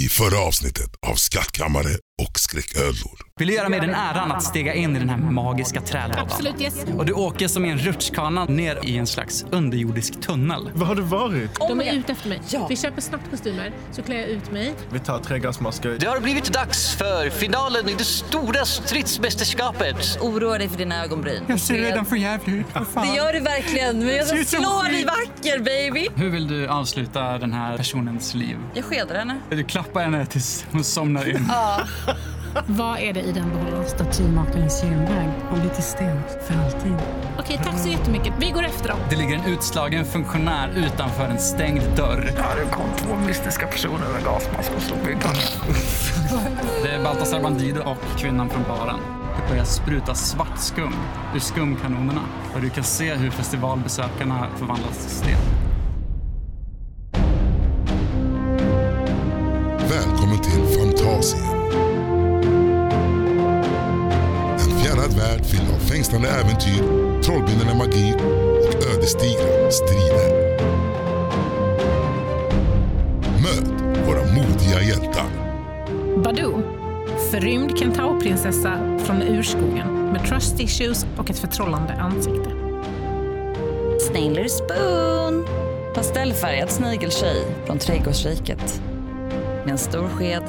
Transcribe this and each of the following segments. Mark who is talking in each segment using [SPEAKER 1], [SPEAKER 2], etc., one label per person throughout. [SPEAKER 1] i förra avsnittet av Skattkammare och skräcködlor.
[SPEAKER 2] Vill du göra mig den äran att stega in i den här magiska trädlådan?
[SPEAKER 3] Absolut yes.
[SPEAKER 2] Och du åker som i en rutschkana ner i en slags underjordisk tunnel.
[SPEAKER 4] Var har du varit?
[SPEAKER 3] De är ute efter mig.
[SPEAKER 5] Ja.
[SPEAKER 3] Vi köper snabbt kostymer, så klär jag ut mig.
[SPEAKER 4] Vi tar trädgårdsmasker.
[SPEAKER 6] Det har blivit dags för finalen i det stora stridsmästerskapet.
[SPEAKER 5] Oroa dig för dina ögonbryn.
[SPEAKER 2] Jag ser redan för jävligt ut.
[SPEAKER 5] Det gör du verkligen, men jag
[SPEAKER 2] ser ut som
[SPEAKER 5] slår
[SPEAKER 2] skit.
[SPEAKER 5] dig vacker baby.
[SPEAKER 2] Hur vill du avsluta den här personens liv?
[SPEAKER 5] Jag skedar henne.
[SPEAKER 2] Du klappar henne tills hon somnar in.
[SPEAKER 3] Vad är det i den behållaren?
[SPEAKER 7] Statymakarens genväg och lite sten för alltid.
[SPEAKER 3] Okej, tack så jättemycket. Vi går efter dem.
[SPEAKER 2] Det ligger en utslagen funktionär utanför en stängd dörr.
[SPEAKER 8] Ja, det kom två mystiska personer med gasmask och slog i dörren.
[SPEAKER 2] Det är Baltasar Bandido och kvinnan från baren. Det börjar spruta svart skum ur skumkanonerna och du kan se hur festivalbesökarna förvandlas till sten.
[SPEAKER 1] Välkommen till Fantasien. En fjärrad värld fylld av fängslande äventyr, trollbindande magi och ödesdigra strider. Möt våra modiga hjältar.
[SPEAKER 3] Badoo. Förrymd kentaurprinsessa från urskogen med trust issues och ett förtrollande ansikte.
[SPEAKER 5] Snailor Spoon. Pastellfärgad snigeltjej från trädgårdsriket. Med en stor sked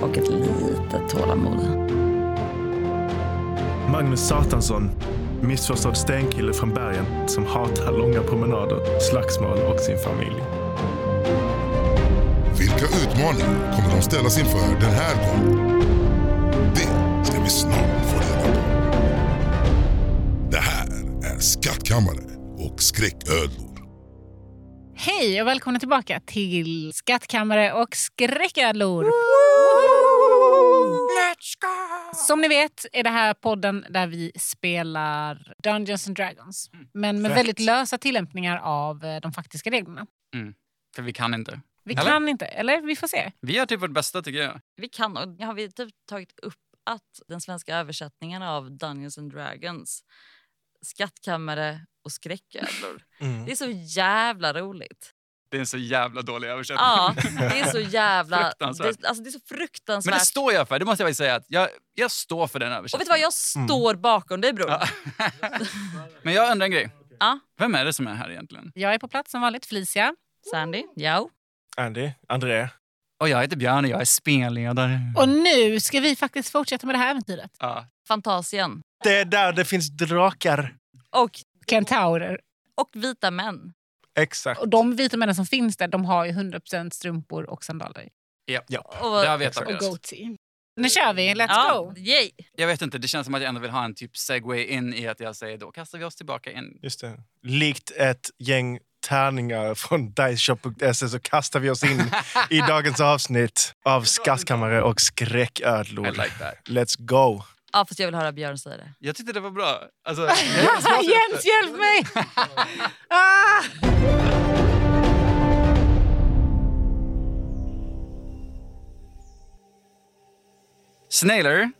[SPEAKER 5] och ett litet tålamod.
[SPEAKER 4] Magnus Satansson. Missförstådd stenkille från bergen som hatar långa promenader, slagsmål och sin familj.
[SPEAKER 1] Vilka utmaningar kommer de ställas inför den här gången? Det ska vi snart få reda på. Det här är Skattkammare och skräcködlor.
[SPEAKER 3] Hej och välkomna tillbaka till Skattkammare och skräcködlor. Som ni vet är det här podden där vi spelar Dungeons and Dragons. Men med
[SPEAKER 4] Fett.
[SPEAKER 3] väldigt lösa tillämpningar av eh, de faktiska reglerna.
[SPEAKER 2] För vi kan inte.
[SPEAKER 3] Vi
[SPEAKER 2] Eller?
[SPEAKER 3] kan inte, eller vi får se.
[SPEAKER 2] Vi gör typ vårt bästa tycker jag.
[SPEAKER 5] Vi kan och har vi typ tagit upp att den svenska översättningen av Dungeons and Dragons, skattkammare och skräcködlor.
[SPEAKER 2] Mm.
[SPEAKER 5] Det är så jävla roligt.
[SPEAKER 2] Det är en så jävla dålig översättning.
[SPEAKER 5] Ja, det är så jävla...
[SPEAKER 2] Fruktansvärt.
[SPEAKER 5] Det, alltså det är så fruktansvärt.
[SPEAKER 2] Men det står jag för, det måste jag faktiskt säga. Att jag, jag står för den
[SPEAKER 5] Och vet
[SPEAKER 2] översättningen.
[SPEAKER 5] du vad, jag står bakom dig bror.
[SPEAKER 2] Men jag undrar en grej.
[SPEAKER 5] Ja.
[SPEAKER 2] Vem är det som är här egentligen?
[SPEAKER 3] Jag är på plats som vanligt, Felicia.
[SPEAKER 5] Sandy, ja.
[SPEAKER 4] Andy, André.
[SPEAKER 2] Och jag heter Björn och jag är spelledare.
[SPEAKER 3] Och nu ska vi faktiskt fortsätta med det här äventyret.
[SPEAKER 2] Ja.
[SPEAKER 5] Fantasien.
[SPEAKER 4] Det är där det finns drakar.
[SPEAKER 5] Och,
[SPEAKER 3] Kentaurer.
[SPEAKER 5] och vita män.
[SPEAKER 4] Exakt.
[SPEAKER 3] Och de vita männen som finns där, de har ju 100% strumpor och sandaler.
[SPEAKER 5] Och,
[SPEAKER 2] Det har vi
[SPEAKER 3] Och
[SPEAKER 2] etablerat.
[SPEAKER 3] goatee. Nu kör vi, let's
[SPEAKER 5] ja,
[SPEAKER 3] go!
[SPEAKER 5] yay.
[SPEAKER 2] Jag vet inte, det känns som att jag ändå vill ha en typ segway in i att jag säger då kastar vi oss tillbaka in.
[SPEAKER 4] Just det. Likt ett gäng tärningar från diceshop.se E så kastar vi oss in i dagens avsnitt av Skattkammare och skräcködlor.
[SPEAKER 2] I like that.
[SPEAKER 4] Let's go!
[SPEAKER 5] Ja, fast jag vill höra Björn säga det.
[SPEAKER 2] Jag tyckte det var bra. Alltså,
[SPEAKER 3] Jens, hjälp mig! ah!
[SPEAKER 2] Snailer,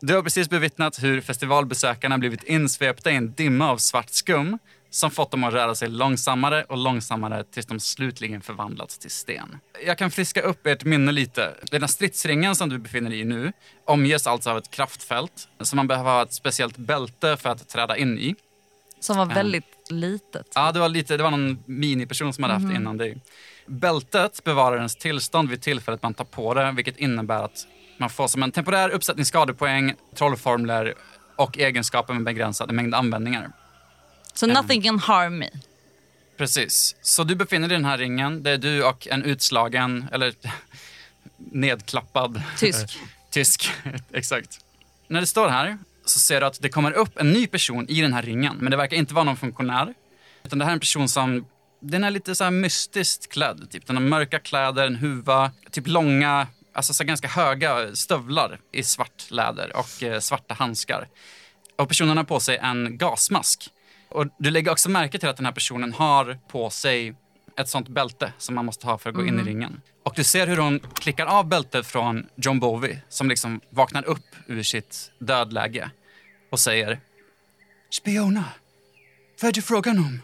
[SPEAKER 2] du har precis bevittnat hur festivalbesökarna blivit insvepta i en dimma av svart skum som fått dem att röra sig långsammare och långsammare tills de slutligen förvandlats till sten. Jag kan friska upp ert minne lite. Den här stridsringen som du befinner dig i nu omges alltså av ett kraftfält som man behöver ha ett speciellt bälte för att träda in i.
[SPEAKER 5] Som var väldigt litet.
[SPEAKER 2] Ja, det var, lite, det var någon miniperson som hade haft det innan dig. Bältet bevarar ens tillstånd vid tillfället man tar på det, vilket innebär att man får som en temporär uppsättning skadepoäng, trollformler och egenskaper med begränsad mängd användningar.
[SPEAKER 5] Så nothing can harm me.
[SPEAKER 2] Precis. Så du befinner dig i den här ringen. Det är du och en utslagen, eller nedklappad
[SPEAKER 5] Tysk.
[SPEAKER 2] Tysk, exakt. När du står här så ser du att det kommer upp en ny person i den här ringen. Men det verkar inte vara någon funktionär. Utan det här är en person som, den är lite så här mystiskt klädd. Typ. Den har mörka kläder, en huva, typ långa, alltså så här ganska höga stövlar i svart läder och eh, svarta handskar. Och personen har på sig en gasmask. Och du lägger också märke till att den här personen har på sig ett sånt bälte som man måste ha för att gå in i ringen. Och du ser hur hon klickar av bältet från John Bowie som liksom vaknar upp ur sitt dödläge och säger Spiona, vad är det frågan om?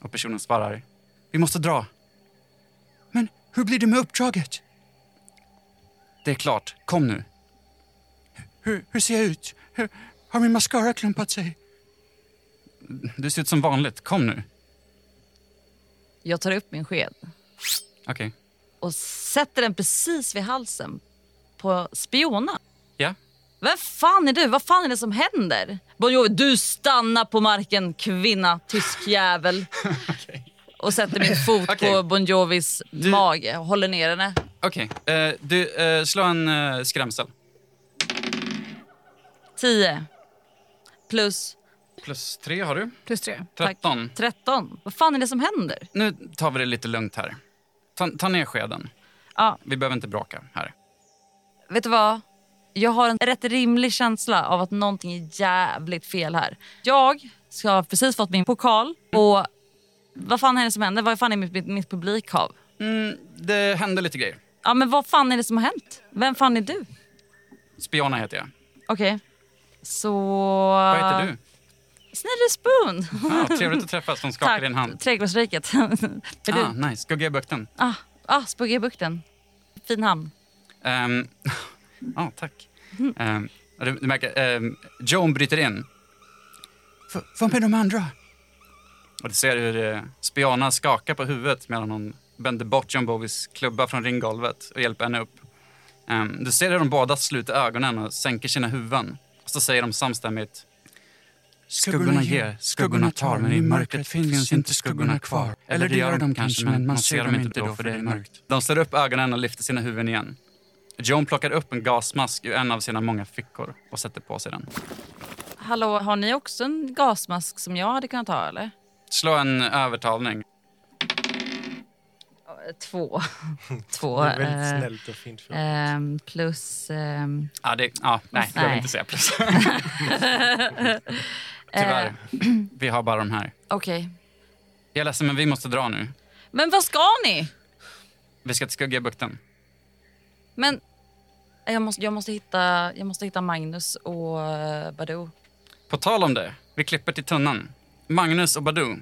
[SPEAKER 2] Och personen svarar Vi måste dra. Men hur blir det med uppdraget? Det är klart. Kom nu. Hur, hur ser jag ut? Hur, har min mascara klumpat sig? Du ser ut som vanligt. Kom nu.
[SPEAKER 5] Jag tar upp min sked
[SPEAKER 2] Okej.
[SPEAKER 5] och sätter den precis vid halsen på spionen.
[SPEAKER 2] Ja.
[SPEAKER 5] Vem fan är du? Vad fan är det som händer? Bon Jovi, du stannar på marken, kvinna, tysk jävel. Och sätter min fot
[SPEAKER 2] Okej.
[SPEAKER 5] på Bon Jovis mage och håller ner henne.
[SPEAKER 2] Okej. Eh, du, eh, slå en eh, skrämsel.
[SPEAKER 5] 10 plus
[SPEAKER 2] Plus tre har du.
[SPEAKER 3] Plus tre.
[SPEAKER 5] tack,
[SPEAKER 2] 13.
[SPEAKER 5] 13. Vad fan är det som händer?
[SPEAKER 2] Nu tar vi det lite lugnt här. Ta, ta ner skeden.
[SPEAKER 5] Ja,
[SPEAKER 2] Vi behöver inte bråka här.
[SPEAKER 5] vet du vad? Jag har en rätt rimlig känsla av att någonting är jävligt fel här. Jag ska ha precis fått min pokal och vad fan är det som händer? Vad fan är mitt, mitt, mitt publikhav?
[SPEAKER 2] Mm, det hände lite grejer.
[SPEAKER 5] Ja, men vad fan är det som har hänt? Vem fan är du?
[SPEAKER 2] Spiona heter jag.
[SPEAKER 5] Okej. Så...
[SPEAKER 2] Vad heter du?
[SPEAKER 5] Snille Spoon.
[SPEAKER 2] Ah, trevligt att träffas. De skakar din hand.
[SPEAKER 5] Trädgårdsriket. är
[SPEAKER 2] Ah,
[SPEAKER 5] du?
[SPEAKER 2] nice. Gugga i bukten.
[SPEAKER 5] Ah, ah Spuggebukten. Fin hamn.
[SPEAKER 2] Ehm, ja, tack.
[SPEAKER 5] Mm.
[SPEAKER 2] Ehm, du, du märker, ehm, Joan bryter in. "F- Vad med de andra? Och du ser hur eh, Spiana skakar på huvudet medan hon bänder bort John Bowies klubba från ringgolvet och hjälper henne upp. Ehm, du ser hur de båda sluter ögonen och sänker sina huvuden. Och så säger de samstämmigt. Skuggorna ger, skuggorna tar, men i mörkret finns inte skuggorna kvar. Eller det gör de kanske, men man ser dem inte då för det är mörkt. De slår upp ögonen och lyfter sina huvuden igen. Joan plockar upp en gasmask ur en av sina många fickor och sätter på sig den.
[SPEAKER 5] Hallå, har ni också en gasmask som jag hade kunnat ha eller?
[SPEAKER 2] Slå en övertalning.
[SPEAKER 5] Två. Två.
[SPEAKER 4] Det är väldigt
[SPEAKER 5] eh,
[SPEAKER 4] snällt och fint. För
[SPEAKER 5] ehm, plus... ehm,
[SPEAKER 2] Ja, det, ja, nej, jag vill inte säga plus. Tyvärr, vi har bara de här.
[SPEAKER 5] Okej.
[SPEAKER 2] Jag är ledsen, men vi måste dra nu.
[SPEAKER 5] Men vad ska ni?
[SPEAKER 2] Vi ska till Skuggabukten.
[SPEAKER 5] Men... eh, Jag måste, jag, måste hitta, jag måste hitta Magnus och eh, Badoo.
[SPEAKER 2] På tal om det, vi klipper till tunnan. Magnus och Badoo.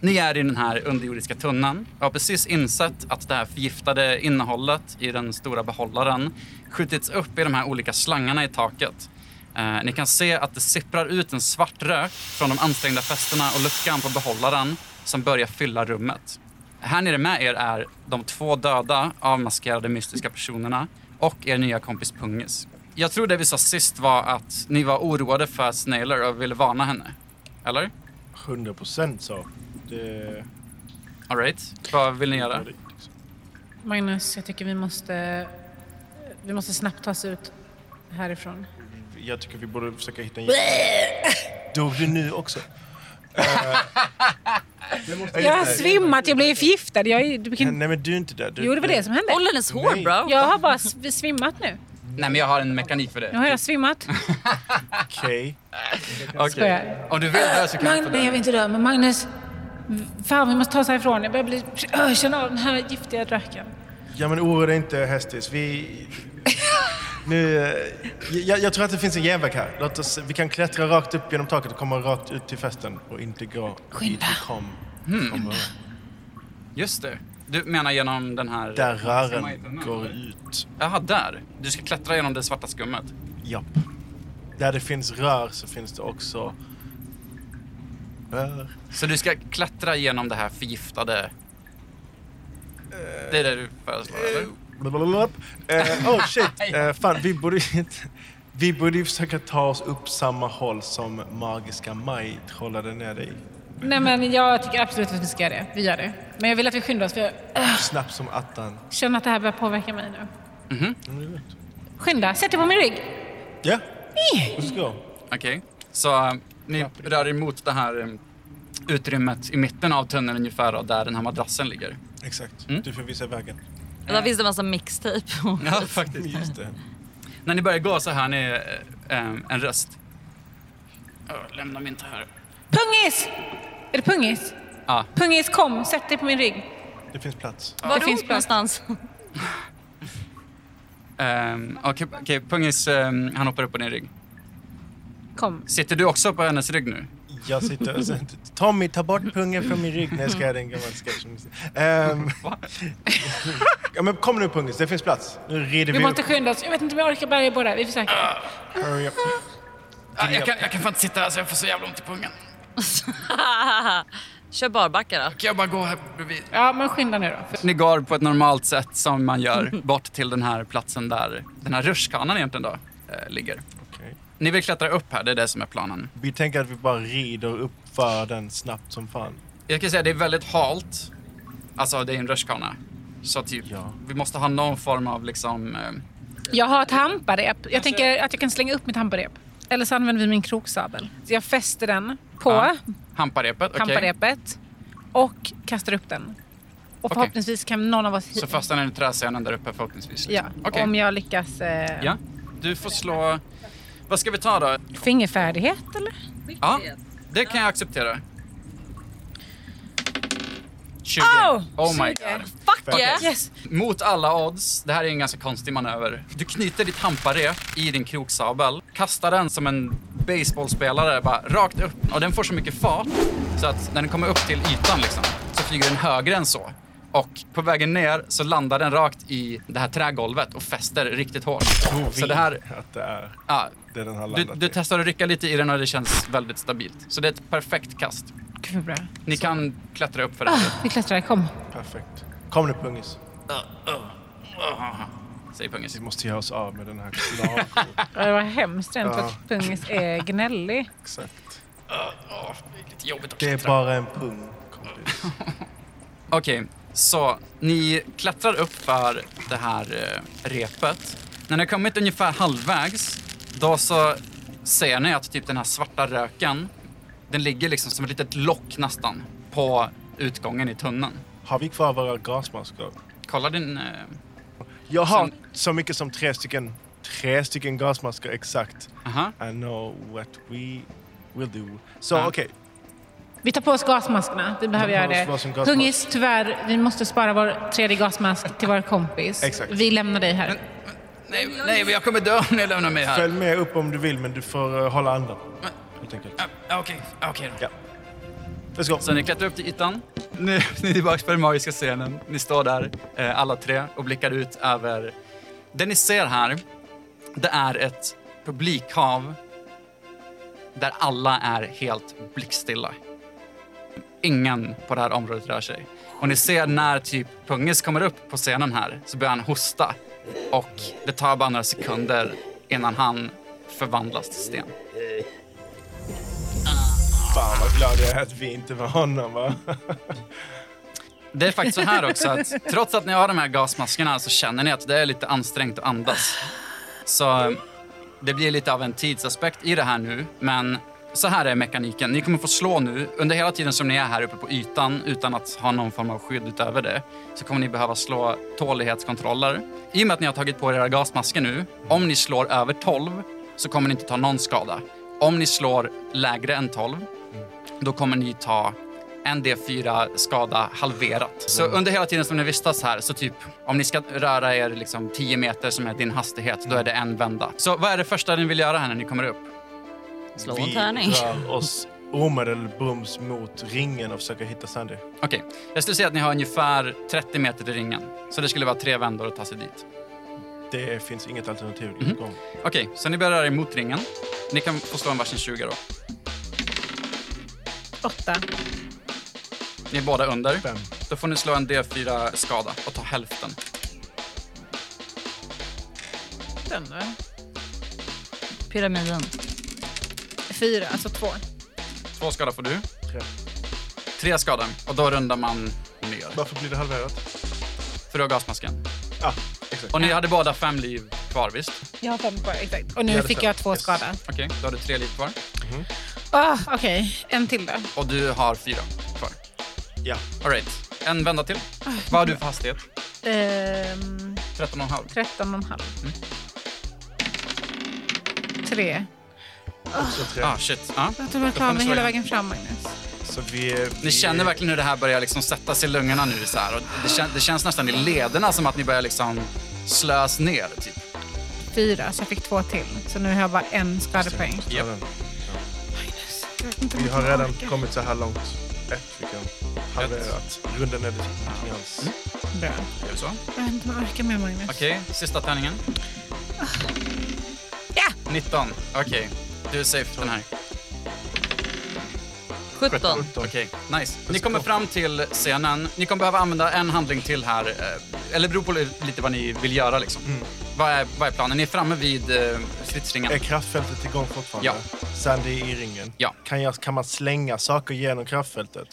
[SPEAKER 2] Ni är i den här underjordiska tunnan och har precis insett att det här förgiftade innehållet i den stora behållaren skjutits upp i de här olika slangarna i taket. Eh, ni kan se att det sipprar ut en svart rök från de ansträngda fästena och luckan på behållaren som börjar fylla rummet. Här nere med er är de två döda avmaskerade mystiska personerna och er nya kompis Pungis. Jag tror det vi sa sist var att ni var oroade för Snailer och ville varna henne. Eller?
[SPEAKER 4] 100 procent så. Det...
[SPEAKER 2] All right. Vad vill ni göra?
[SPEAKER 3] Magnus, jag tycker vi måste, vi måste snabbt ta oss ut härifrån.
[SPEAKER 4] Jag tycker vi borde försöka hitta en... Dog du nu också?
[SPEAKER 3] Jag har svimmat, jag blev förgiftad. Jag är, du kan,
[SPEAKER 4] Nej, men du är inte död. Du,
[SPEAKER 3] Mm. jo, det var det som hände.
[SPEAKER 5] Håll hennes hår
[SPEAKER 4] Nej.
[SPEAKER 5] bro!
[SPEAKER 3] Jag har bara sv- svimmat nu.
[SPEAKER 2] Nej, men jag har en mekanik för
[SPEAKER 3] Nu
[SPEAKER 2] det.
[SPEAKER 3] har jag svimmat.
[SPEAKER 4] Okej.
[SPEAKER 2] Okej. Om du vill det så kan du
[SPEAKER 3] Mag-
[SPEAKER 2] få
[SPEAKER 3] nej, jag
[SPEAKER 2] det.
[SPEAKER 3] vill inte dö, men Magnus. Fan, vi måste ta oss härifrån. Jag börjar bli, Öh, känna av den här giftiga röken.
[SPEAKER 4] Ja, men oroa dig inte, Hästis. Vi... Nu, eh, jag, jag tror att det finns en genväg här. Låt oss, vi kan klättra rakt upp genom taket och komma rakt ut till festen och inte gå dit vi kom.
[SPEAKER 3] Mm.
[SPEAKER 4] Kommer-
[SPEAKER 2] Just det. Du menar genom den här...
[SPEAKER 4] Där rören går ut.
[SPEAKER 2] Jaha, där. Du ska klättra genom det svarta skummet.
[SPEAKER 4] Japp. Där det finns rör så finns det också rör.
[SPEAKER 2] Så du ska klättra genom det här förgiftade... Det är det du föreslår, eller?
[SPEAKER 4] Blablabla. Eh, oh shit! Eh, fan, vi borde, ju- vi borde ju försöka ta oss upp samma håll som magiska Maj trollade ner dig.
[SPEAKER 3] Nej, men jag tycker absolut att vi ska göra det. Vi gör det. Men jag vill att vi skyndar oss, för jag
[SPEAKER 4] Snabbt som attan.
[SPEAKER 3] känner att det här börjar påverka mig nu. Skynda, sätt dig på min rygg.
[SPEAKER 4] Ja,
[SPEAKER 2] Eh.
[SPEAKER 4] let's go.
[SPEAKER 2] Okej. Så eh, ni rör er mot det här eh, utrymmet i mitten av tunneln ungefär, då, där den här madrassen ligger.
[SPEAKER 4] Exakt. Du får visa vägen.
[SPEAKER 5] Där finns det en massa mixtape. och-
[SPEAKER 2] Ja, faktiskt.
[SPEAKER 4] Just det.
[SPEAKER 2] När ni börjar gå så hör ni eh, eh, en röst. Öh, Lämna mig inte här.
[SPEAKER 3] Pungis! Är det pungis?
[SPEAKER 2] Ja.
[SPEAKER 3] Pungis, kom. Sätt dig på min rygg.
[SPEAKER 4] Det finns plats.
[SPEAKER 5] Var
[SPEAKER 3] Det
[SPEAKER 5] det
[SPEAKER 3] finns
[SPEAKER 5] finns
[SPEAKER 3] plats.
[SPEAKER 5] någonstans?
[SPEAKER 2] ehm, Okej, okej, Pungis, ehm, han hoppar upp på din rygg.
[SPEAKER 3] Kom.
[SPEAKER 2] Sitter du också på hennes rygg nu?
[SPEAKER 4] Jag sitter och säger Tommy, ta bort pungen från min rygg. Nej, jag ska göra en gammal sketch. Um,
[SPEAKER 2] Va?
[SPEAKER 4] Ehm, Ja, men kom nu pungis, det finns plats. Nu rider vi,
[SPEAKER 9] Vi måste
[SPEAKER 4] upp.
[SPEAKER 9] skynda oss. Jag vet inte om jag orkar bärga båda. Vi försöker.
[SPEAKER 4] Hurry up.
[SPEAKER 2] Ah, jag, kan, jag kan fan inte sitta här så jag får så jävla ont i pungen.
[SPEAKER 5] Kör barbacka då.
[SPEAKER 2] Kan jag bara gå här bredvid?
[SPEAKER 9] Ja, men skynda nu då.
[SPEAKER 2] Ni går på ett normalt sätt som man gör bort till den här platsen där den här rutschkanan egentligen då eh, ligger.
[SPEAKER 4] Okej.
[SPEAKER 2] Ni vill klättra upp här, det är det som är planen.
[SPEAKER 4] Vi tänker att vi bara rider upp för den snabbt som fan.
[SPEAKER 2] Jag kan säga det är väldigt halt. Alltså det är en rutschkana. Så typ,
[SPEAKER 4] Ja.
[SPEAKER 2] vi måste ha någon form av liksom... Eh,
[SPEAKER 9] Jag har ett hamparep. Jag tänker att jag kan slänga upp mitt hamparep. Eller så använder vi min kroksabel. Så jag fäster den på
[SPEAKER 2] ja, hamparepet, okej.
[SPEAKER 9] hamparepet och kastar upp den. Och förhoppningsvis kan någon av oss
[SPEAKER 2] Så fastnar den i träscenen där uppe förhoppningsvis.
[SPEAKER 9] Ja,
[SPEAKER 2] liksom. Okej.
[SPEAKER 9] om jag lyckas... Eh,
[SPEAKER 2] ja. Du får slå... Vad ska vi ta då?
[SPEAKER 9] Fingerfärdighet eller?
[SPEAKER 2] Ja, det kan jag acceptera. 20.
[SPEAKER 9] Oh!
[SPEAKER 2] oh my
[SPEAKER 9] 20.
[SPEAKER 2] god.
[SPEAKER 5] Fuck yeah!
[SPEAKER 9] Yes!
[SPEAKER 2] Mot alla odds, det här är en ganska konstig manöver. Du knyter ditt hamparep i din kroksabel, kastar den som en baseballspelare bara rakt upp och den får så mycket fart så att när den kommer upp till ytan liksom, så flyger den högre än så. Och på vägen ner så landar den rakt i det här trägolvet och fäster riktigt hårt. Så det här,
[SPEAKER 4] Att det är
[SPEAKER 2] ja,
[SPEAKER 4] det den har
[SPEAKER 2] du,
[SPEAKER 4] landat
[SPEAKER 2] du
[SPEAKER 4] i.
[SPEAKER 2] testar att rycka lite i den och det känns väldigt stabilt. Så det är ett perfekt kast.
[SPEAKER 9] Gud vad bra.
[SPEAKER 2] Ni kan klättra upp för det.
[SPEAKER 9] Vi klättrar, kom.
[SPEAKER 4] Perfekt. Kom nu pungis.
[SPEAKER 2] Säger pungis.
[SPEAKER 4] Vi måste göra oss av med den här klagan.
[SPEAKER 9] Ja, Det var hemskt rent för att pungis är gnällig.
[SPEAKER 4] Exakt.
[SPEAKER 2] Åh, det är lite jobbigt att
[SPEAKER 4] Det är
[SPEAKER 2] klättra.
[SPEAKER 4] bara en pung, kompis.
[SPEAKER 2] Okej, så ni klättrar upp för det här eh, repet. När ni har kommit ungefär halvvägs, då så ser ni att typ den här svarta röken, den ligger liksom som ett litet lock nästan på utgången i tunneln.
[SPEAKER 4] Har vi kvar våra gasmasker?
[SPEAKER 2] Kolla din... Eh,
[SPEAKER 4] Jag har
[SPEAKER 2] Sen-
[SPEAKER 4] så mycket som tre stycken, tre stycken gasmasker exakt.
[SPEAKER 2] aha.
[SPEAKER 4] I know what we will do. Så
[SPEAKER 2] Ja.
[SPEAKER 4] okej,
[SPEAKER 9] Vi tar på oss gasmaskerna. Vi behöver
[SPEAKER 4] tar
[SPEAKER 9] göra
[SPEAKER 4] på oss varsin
[SPEAKER 9] det.
[SPEAKER 4] gasmask.
[SPEAKER 9] Pungis, tyvärr, vi måste spara vår tredje gasmask till vår kompis.
[SPEAKER 4] Exakt.
[SPEAKER 9] Vi lämnar dig här.
[SPEAKER 2] Nej, nej, jag kommer dö om ni lämnar mig här.
[SPEAKER 4] följ med upp om du vill men du får eh, hålla andan. Helt enkelt.
[SPEAKER 2] Ah, ah, Okej, ah, okej då.
[SPEAKER 4] Ja. Let's go.
[SPEAKER 2] Så ni klättrar upp till ytan. Nu ni är tillbaka på den magiska scenen. Ni står där eh, alla tre och blickar ut över... Det ni ser här, det är ett publikhav där alla är helt blickstilla. Ingen på det här området rör sig. Och ni ser när typ Pungis kommer upp på scenen här så börjar han hosta. Och det tar bara några sekunder innan han förvandlas till sten.
[SPEAKER 4] Fan vad glad jag är att vi inte var honom va?
[SPEAKER 2] Det är faktiskt så här också att trots att ni har de här gasmaskerna så känner ni att det är lite ansträngt att andas. Så eh, det blir lite av en tidsaspekt i det här nu, men så här är mekaniken. Ni kommer få slå nu. Under hela tiden som ni är här uppe på ytan utan att ha någon form av skydd utöver det så kommer ni behöva slå tålighetskontroller. I och med att ni har tagit på er era gasmasker nu, om ni slår över 12 så kommer ni inte ta någon skada. Om ni slår lägre än 12 då kommer ni ta en D4 skada halverat. Så under hela tiden som ni vistas här, så typ om ni ska röra er liksom 10 meter som är din hastighet, då är det en vända. Så vad är det första ni vill göra här när ni kommer upp?
[SPEAKER 5] Slå en
[SPEAKER 4] Vi
[SPEAKER 5] tärning.
[SPEAKER 4] rör oss omedelbums mot ringen och försöker hitta Sandy.
[SPEAKER 2] Okej, jag skulle säga att ni har ungefär 30 meter till ringen. Så det skulle vara tre vändor att ta sig dit.
[SPEAKER 4] Det finns inget alternativ. Mm. Gång.
[SPEAKER 2] Okej, så ni börjar röra er mot ringen. Ni kan få slå en varsin 20 då.
[SPEAKER 9] Åtta.
[SPEAKER 2] Ni är båda under.
[SPEAKER 4] Fem.
[SPEAKER 2] Då får ni slå en D4 skada och ta hälften.
[SPEAKER 9] Den, va?
[SPEAKER 5] Pyramiden.
[SPEAKER 9] Fyra, alltså två.
[SPEAKER 2] Två skada får du.
[SPEAKER 4] Tre.
[SPEAKER 2] Tre skada. Och då rundar man ner.
[SPEAKER 4] Varför blir det halverat?
[SPEAKER 2] För du har gasmasken.
[SPEAKER 4] Ah, exakt.
[SPEAKER 2] Och ni hade båda fem liv kvar, visst?
[SPEAKER 9] Jag har fem kvar, exakt. Och
[SPEAKER 4] Jag
[SPEAKER 9] nu
[SPEAKER 4] hade
[SPEAKER 9] fick
[SPEAKER 4] fem.
[SPEAKER 9] jag två
[SPEAKER 4] Yes.
[SPEAKER 9] skada.
[SPEAKER 2] Okej, då har du tre liv kvar.
[SPEAKER 9] Ah, Okej, en till då.
[SPEAKER 2] Och du har fyra kvar.
[SPEAKER 4] Ja.
[SPEAKER 2] All right. En vända till. Vad har du för hastighet?
[SPEAKER 9] Ehm,
[SPEAKER 2] 13,5.
[SPEAKER 9] 13 och en halv.
[SPEAKER 4] Mm.
[SPEAKER 9] Tre.
[SPEAKER 4] Så, tre.
[SPEAKER 2] Ah, shit. Ja.
[SPEAKER 9] Jag tror jag
[SPEAKER 2] Då
[SPEAKER 9] klarar
[SPEAKER 2] får ni
[SPEAKER 9] mig
[SPEAKER 2] slå
[SPEAKER 9] hela
[SPEAKER 2] igen.
[SPEAKER 9] vägen fram, Magnus.
[SPEAKER 4] så vi, øh, vi...
[SPEAKER 2] Ni känner verkligen hur det här börjar liksom sätta sig i lungorna nu. Så här. Och det, kän- det känns nästan i lederna som att ni börjar liksom slös ner. Typ.
[SPEAKER 9] Fyra, så jag fick två till. Så nu har jag bara en skadepoäng.
[SPEAKER 4] Ja, men Vi har
[SPEAKER 2] Mm.
[SPEAKER 4] redan kommit så här långt. Ett fick jag halverat. Runden är lite nyans.
[SPEAKER 9] Bra.
[SPEAKER 2] Gör vi så? Okej,
[SPEAKER 9] Jag vet inte om jag orkar med Magnus.
[SPEAKER 2] sista tärningen.
[SPEAKER 9] Ja!
[SPEAKER 2] 19. Okej, du är safe den här.
[SPEAKER 5] 17.
[SPEAKER 2] Okej, nice. Ni kommer fram till scenen. Ni kommer behöva använda en handling till här. eh, Eller det beror på li- lite vad ni vill göra liksom.
[SPEAKER 4] Mm.
[SPEAKER 2] Vad, är, vad är planen? Ni är framme vid eh, stridsringen.
[SPEAKER 4] Är kraftfältet igång fortfarande?
[SPEAKER 2] Ja.
[SPEAKER 4] Sandy är i ringen.
[SPEAKER 2] Ja.
[SPEAKER 4] Kan, jag, kan man slänga saker genom kraftfältet?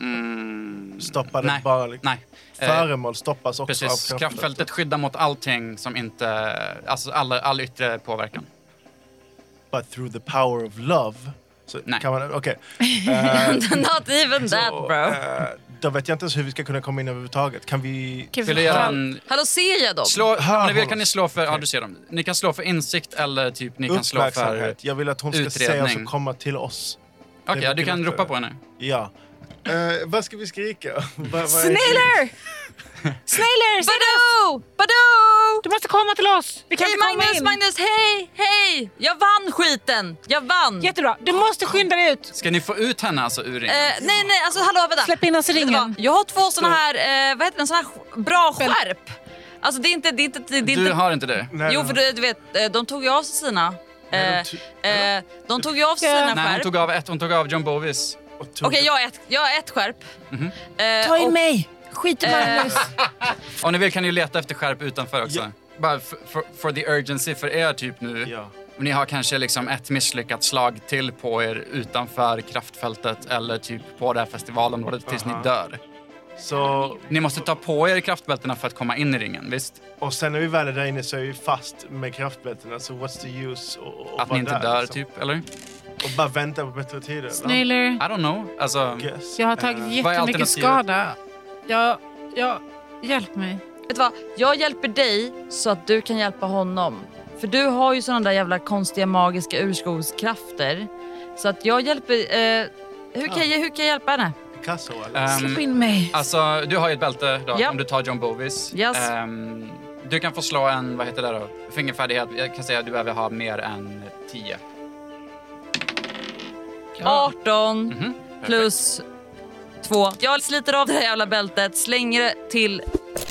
[SPEAKER 2] Mm,
[SPEAKER 4] Stoppa det
[SPEAKER 2] nej,
[SPEAKER 4] bara? liksom?
[SPEAKER 2] nej. Eh,
[SPEAKER 4] Föremål stoppas också av
[SPEAKER 2] Precis,
[SPEAKER 4] kraftfältet.
[SPEAKER 2] kraftfältet skyddar mot allting som inte, alltså all, all yttre påverkan.
[SPEAKER 4] But through the power of love. Så
[SPEAKER 2] Nej.
[SPEAKER 4] kan man, okej.
[SPEAKER 5] Not even that bro.
[SPEAKER 4] Eh, då vet jag inte ens hur vi ska kunna komma in överhuvudtaget. Kan vi...
[SPEAKER 9] Okej,
[SPEAKER 2] Vill
[SPEAKER 9] vi
[SPEAKER 2] du göra
[SPEAKER 9] har-
[SPEAKER 2] en...
[SPEAKER 5] Hallå ser jag dem?
[SPEAKER 2] Slå,
[SPEAKER 4] Hör
[SPEAKER 2] om ni vill
[SPEAKER 4] honom.
[SPEAKER 2] kan ni slå för, ja du ser dem. Ni kan slå för insikt eller typ ni kan slå för... Okej,
[SPEAKER 4] Uppmärksamhet. Jag vill att hon ska se oss
[SPEAKER 2] utredning.
[SPEAKER 4] och komma till oss. Det
[SPEAKER 2] ja,
[SPEAKER 4] är
[SPEAKER 2] du kan
[SPEAKER 4] mycket
[SPEAKER 2] ropa
[SPEAKER 4] lättare.
[SPEAKER 2] på henne.
[SPEAKER 4] Ja. Eh, vad ska vi skrika? Vad- vad är-
[SPEAKER 9] Snailer! Snailer!
[SPEAKER 5] Badoo! Badoo!
[SPEAKER 9] Du måste komma till oss! Vi kan
[SPEAKER 5] Hej
[SPEAKER 9] inte komma
[SPEAKER 5] Magnus,
[SPEAKER 9] in!
[SPEAKER 5] Magnus, hej, hej! Jag vann skiten! Jag vann!
[SPEAKER 9] Jättebra, du måste skynda dig ut!
[SPEAKER 2] Ska ni få ut henne alltså ur ringen?
[SPEAKER 5] Eh, nej, nej, alltså hallå vänta.
[SPEAKER 9] Släpp in oss i
[SPEAKER 5] Vet du
[SPEAKER 9] ringen.
[SPEAKER 5] vad? Jag har två såna här, eh, vad heter det, såna här sk- bra skärp. Alltså det är inte, det är inte, det är
[SPEAKER 2] du
[SPEAKER 5] inte
[SPEAKER 2] har inte det?
[SPEAKER 4] Nej,
[SPEAKER 5] Jo
[SPEAKER 4] nej,
[SPEAKER 5] för
[SPEAKER 4] nej.
[SPEAKER 5] du, du vet, eh, de tog ju av sig sina.
[SPEAKER 4] Nej, de
[SPEAKER 5] Eh,
[SPEAKER 4] ty-
[SPEAKER 5] eh, de tog ju av sig
[SPEAKER 9] Ja.
[SPEAKER 5] sina
[SPEAKER 2] Nej, hon
[SPEAKER 5] skärp.
[SPEAKER 2] tog av ett, hon tog av John Bovis.
[SPEAKER 4] Och tog-
[SPEAKER 5] Okej, jag, har ett, jag har ett skärp. Eh,
[SPEAKER 9] Ta i
[SPEAKER 5] och-
[SPEAKER 9] mig! Skit i Magnus!
[SPEAKER 2] Om ni vill kan ni ju leta efter skärp utanför också.
[SPEAKER 4] Ja.
[SPEAKER 2] Bara f- for, for the urgency för er typ nu.
[SPEAKER 4] Ja.
[SPEAKER 2] Ni har kanske liksom ett misslyckat slag till på er utanför kraftfältet eller typ på det här festivalområdet tills ni dör.
[SPEAKER 4] Så,
[SPEAKER 2] Ni måste ta på er kraftbältena för att komma in i ringen, visst?
[SPEAKER 4] och sen när vi väl är där inne så är vi fast med kraftbältena. Så what's the use? Och, och
[SPEAKER 2] Att
[SPEAKER 4] vara
[SPEAKER 2] ni inte
[SPEAKER 4] där,
[SPEAKER 2] dör
[SPEAKER 4] liksom.
[SPEAKER 2] typ, eller? I
[SPEAKER 4] Och bara vänta på bättre tider.
[SPEAKER 9] Snailer,
[SPEAKER 2] don't know. Alltså,
[SPEAKER 4] Yes.
[SPEAKER 9] jag har tagit
[SPEAKER 4] Eh,
[SPEAKER 2] vad är
[SPEAKER 9] jättemycket
[SPEAKER 2] alternativet?
[SPEAKER 9] skada. Jag, jag, hjälp mig.
[SPEAKER 5] Vet du vad? Jag hjälper dig så att du kan hjälpa honom. För du har ju såna där jävla konstiga magiska urskogskrafter. Så att jag hjälper... Eh, hur, kan jag, hur kan jag hjälpa henne?
[SPEAKER 4] Picasso eller?
[SPEAKER 2] ehm,
[SPEAKER 9] Släpp in mig.
[SPEAKER 2] alltså du har ju ett bälte då,
[SPEAKER 5] Ja.
[SPEAKER 2] om du tar John Bovis.
[SPEAKER 5] Yes.
[SPEAKER 2] Ehm, du kan få slå en, vad heter det då, fingerfärdighet. Jag kan säga att du behöver ha mer än 10.
[SPEAKER 5] 18
[SPEAKER 9] Mhm.
[SPEAKER 5] plus 2. Jag sliter av det där jävla bältet, slänger det till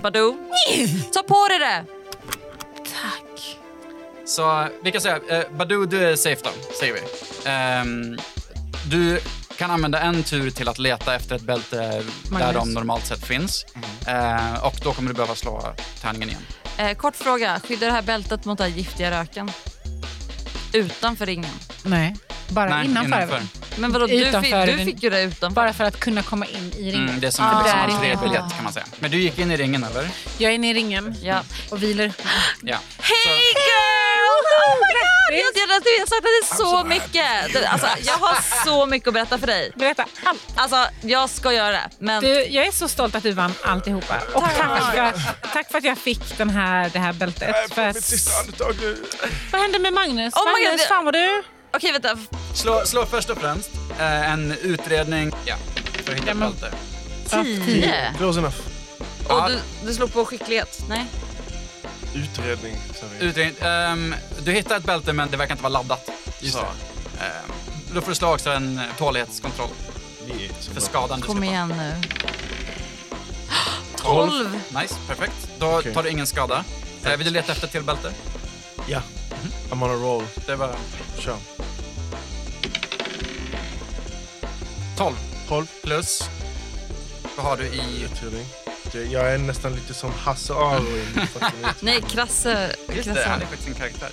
[SPEAKER 5] Badoo. Ta på dig det!
[SPEAKER 2] Så vi kan säga, eh, Badoo du är safe då, säger vi. Ehm, du kan använda en tur till att leta efter ett bälte där de normalt sett finns.
[SPEAKER 9] Mm.
[SPEAKER 2] Eh, och då kommer du behöva slå tärningen igen.
[SPEAKER 5] Eh, kort fråga, skyddar det här bältet mot den här giftiga röken? Utanför ringen.
[SPEAKER 9] Nej, bara innanför.
[SPEAKER 2] Mm,
[SPEAKER 9] även.
[SPEAKER 5] Men vadå, du fick,
[SPEAKER 9] Utanför
[SPEAKER 5] du
[SPEAKER 9] den-
[SPEAKER 5] fick ju det utanför.
[SPEAKER 9] Bara för att kunna komma in i ringen.
[SPEAKER 2] Mm, det är som,
[SPEAKER 9] Ah.
[SPEAKER 2] liksom
[SPEAKER 9] Där
[SPEAKER 2] en
[SPEAKER 9] inne.
[SPEAKER 2] tredbiljett kan man säga. Men du gick in i ringen eller?
[SPEAKER 9] Jag är inne i ringen
[SPEAKER 5] Ja.
[SPEAKER 9] och vilar.
[SPEAKER 2] Ja.
[SPEAKER 5] Hey girl! Oh my god! Jag, jag, jag, jag saknar dig så mycket. Det- Alltså, jag har så mycket att berätta för dig.
[SPEAKER 9] Berätta allt.
[SPEAKER 5] Alltså, jag ska göra det. Men
[SPEAKER 9] Du, jag är så stolt att du vann alltihopa. Och tack för, tack för att jag fick den här, det här bältet. För,
[SPEAKER 4] Äh, Mitt sista andetag nu.
[SPEAKER 9] vad hände med Magnus?
[SPEAKER 5] Oh my God,
[SPEAKER 9] Magnus,
[SPEAKER 5] det-
[SPEAKER 9] fan vad du...
[SPEAKER 5] okej, vänta.
[SPEAKER 2] Slå, slå först och främst eh, en utredning ja, för att hitta
[SPEAKER 9] Ja,
[SPEAKER 2] ett
[SPEAKER 9] men-
[SPEAKER 2] bälte.
[SPEAKER 5] Tio.
[SPEAKER 4] Close enough.
[SPEAKER 5] Och du, du slog på skicklighet? Nej.
[SPEAKER 4] Utredning. sa vi.
[SPEAKER 2] Utredning, ehm, du hittar ett bälte men det verkar inte vara laddat.
[SPEAKER 4] Just
[SPEAKER 2] Så,
[SPEAKER 4] det.
[SPEAKER 2] ehm, då får du slå också en eh, tålighetskontroll
[SPEAKER 4] Vi är så
[SPEAKER 2] för
[SPEAKER 4] bra.
[SPEAKER 2] skadan du ska
[SPEAKER 5] Kom
[SPEAKER 2] ta.
[SPEAKER 5] igen nu. Tolv.
[SPEAKER 2] Nice, perfekt. Då
[SPEAKER 4] Okej.
[SPEAKER 2] tar du ingen skada. Eh, vill du leta efter till bälte?
[SPEAKER 4] Ja.
[SPEAKER 2] Mhm.
[SPEAKER 4] I'm on a roll.
[SPEAKER 2] Det var
[SPEAKER 4] Kör.
[SPEAKER 2] 12
[SPEAKER 4] Håll.
[SPEAKER 2] plus. Vad har du i...
[SPEAKER 4] Utredning. Det- Jag är nästan lite som Hasse Aro i min fucking utredning.
[SPEAKER 5] Nej, Krasse.
[SPEAKER 2] Just det, han är faktiskt en karaktär.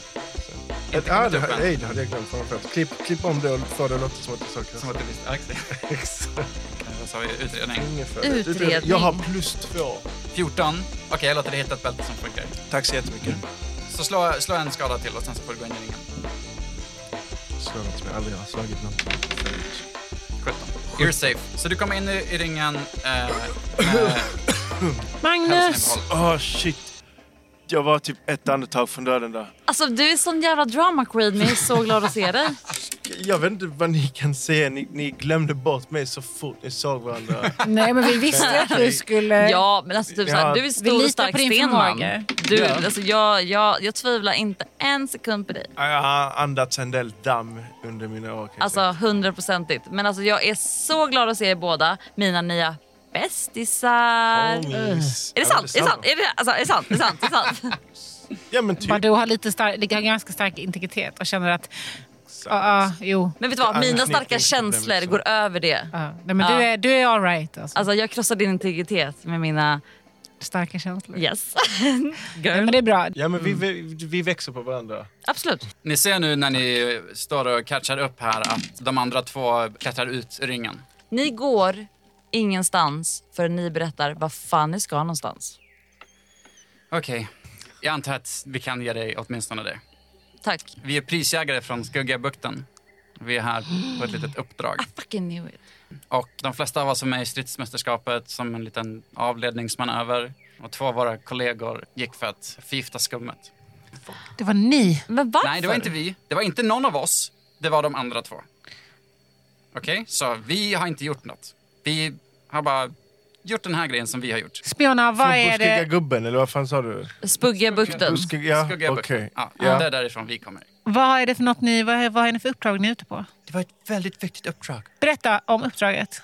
[SPEAKER 2] Inte
[SPEAKER 4] Ah,
[SPEAKER 2] kommit
[SPEAKER 4] det,
[SPEAKER 2] upp
[SPEAKER 4] här-
[SPEAKER 2] än.
[SPEAKER 4] nej, det hade jag glömt. Fan, fan. Klipp, klipp om det och få det att låta som att jag sa Krasse.
[SPEAKER 2] Som att du visste. Ja, exakt.
[SPEAKER 4] Exakt.
[SPEAKER 2] Vad sa vi? Utredning.
[SPEAKER 4] Ungefär.
[SPEAKER 5] Utredning.
[SPEAKER 4] Jag har plus två.
[SPEAKER 2] 14. Okej, jag låter dig hitta ett bälte som funkar.
[SPEAKER 4] Tack så jättemycket.
[SPEAKER 2] Så slå, slå en skada till och sen så får du gå in i ringen.
[SPEAKER 4] Slå något som jag aldrig har slagit något förut.
[SPEAKER 2] 17. You're safe. Så du kommer in i, i ringen eh, med hälsan i
[SPEAKER 9] Magnus!
[SPEAKER 2] behåll.
[SPEAKER 4] Åh, shit. Jag var typ ett andetag från döden där.
[SPEAKER 5] Alltså, du är sån jävla drama queen, men jag är så glad att se dig.
[SPEAKER 4] Jag vet inte vad ni kan se. Ni, ni glömde bort mig så fort ni såg varandra.
[SPEAKER 9] Nej, men vi visste ju att du skulle...
[SPEAKER 5] Ja, men alltså typ såhär,
[SPEAKER 4] Ja,
[SPEAKER 5] du är
[SPEAKER 9] vi
[SPEAKER 5] stor och
[SPEAKER 9] litar
[SPEAKER 5] stark
[SPEAKER 9] på din
[SPEAKER 5] Stenman.
[SPEAKER 9] förmåga.
[SPEAKER 5] Du,
[SPEAKER 4] Ja.
[SPEAKER 5] alltså, jag, jag, jag tvivlar inte en sekund på dig.
[SPEAKER 4] jag har andats en del damm under mina år. kan jag
[SPEAKER 5] Alltså hundraprocentigt. Men alltså, jag är så glad att se er båda, mina nya bästisar.
[SPEAKER 2] Oh
[SPEAKER 4] Homies.
[SPEAKER 5] Är det sant? Är det sant?
[SPEAKER 4] detsamma.
[SPEAKER 5] Är det, alltså, är det sant? Är det sant? Är det sant?
[SPEAKER 4] Ja men typ.
[SPEAKER 9] Badoo har lite stark, ligger ganska stark integritet och känner att ja, ja, jo.
[SPEAKER 5] Men vet du vad?
[SPEAKER 4] Annars
[SPEAKER 5] Mina
[SPEAKER 4] snickar
[SPEAKER 5] starka
[SPEAKER 4] inte problem,
[SPEAKER 5] känslor
[SPEAKER 4] liksom.
[SPEAKER 5] går över det.
[SPEAKER 9] ja. nej, men du,
[SPEAKER 5] Ja.
[SPEAKER 9] är, du är all right. Alltså.
[SPEAKER 5] Alltså jag krossar din integritet med mina
[SPEAKER 9] Starka känslor.
[SPEAKER 5] yes.
[SPEAKER 9] Nej, men det är bra.
[SPEAKER 4] Ja men vi, vi, vi växer på varandra.
[SPEAKER 5] Absolut.
[SPEAKER 2] Ni ser nu när ni står och catchar upp här att de andra två klättrar ut ur ringen.
[SPEAKER 5] Ni går ingenstans förrän ni berättar vad fan ni ska någonstans.
[SPEAKER 2] Okej, jag antar att vi kan ge dig åtminstone det.
[SPEAKER 5] Tack.
[SPEAKER 2] Vi är prisjägare från Skuggabukten. Vi är här på ett litet uppdrag.
[SPEAKER 5] Fucking knew it.
[SPEAKER 2] Och de flesta av oss var med i stridsmästerskapet som en liten avledningsmanöver. Och två av våra kollegor gick för att förgifta skummet.
[SPEAKER 9] Det var ni.
[SPEAKER 5] Men varför?
[SPEAKER 2] Nej, det var inte vi. Det var inte någon av oss. Det var de andra två. Okej, så vi har inte gjort något. Vi har bara gjort den här grejen som vi har gjort.
[SPEAKER 9] Spiona, vad är
[SPEAKER 4] Buskiga
[SPEAKER 9] det,
[SPEAKER 4] gubben eller vad fan sa du?
[SPEAKER 5] Spuggabukten.
[SPEAKER 4] Buskiga, ja okej.
[SPEAKER 2] Skuggabukten. Ja,
[SPEAKER 4] Ja.
[SPEAKER 2] Det är därifrån vi kommer.
[SPEAKER 9] vad är det för något ni, vad är, vad är ni för uppdrag ni är ute på?
[SPEAKER 2] Det var ett väldigt viktigt uppdrag.
[SPEAKER 9] Berätta om uppdraget.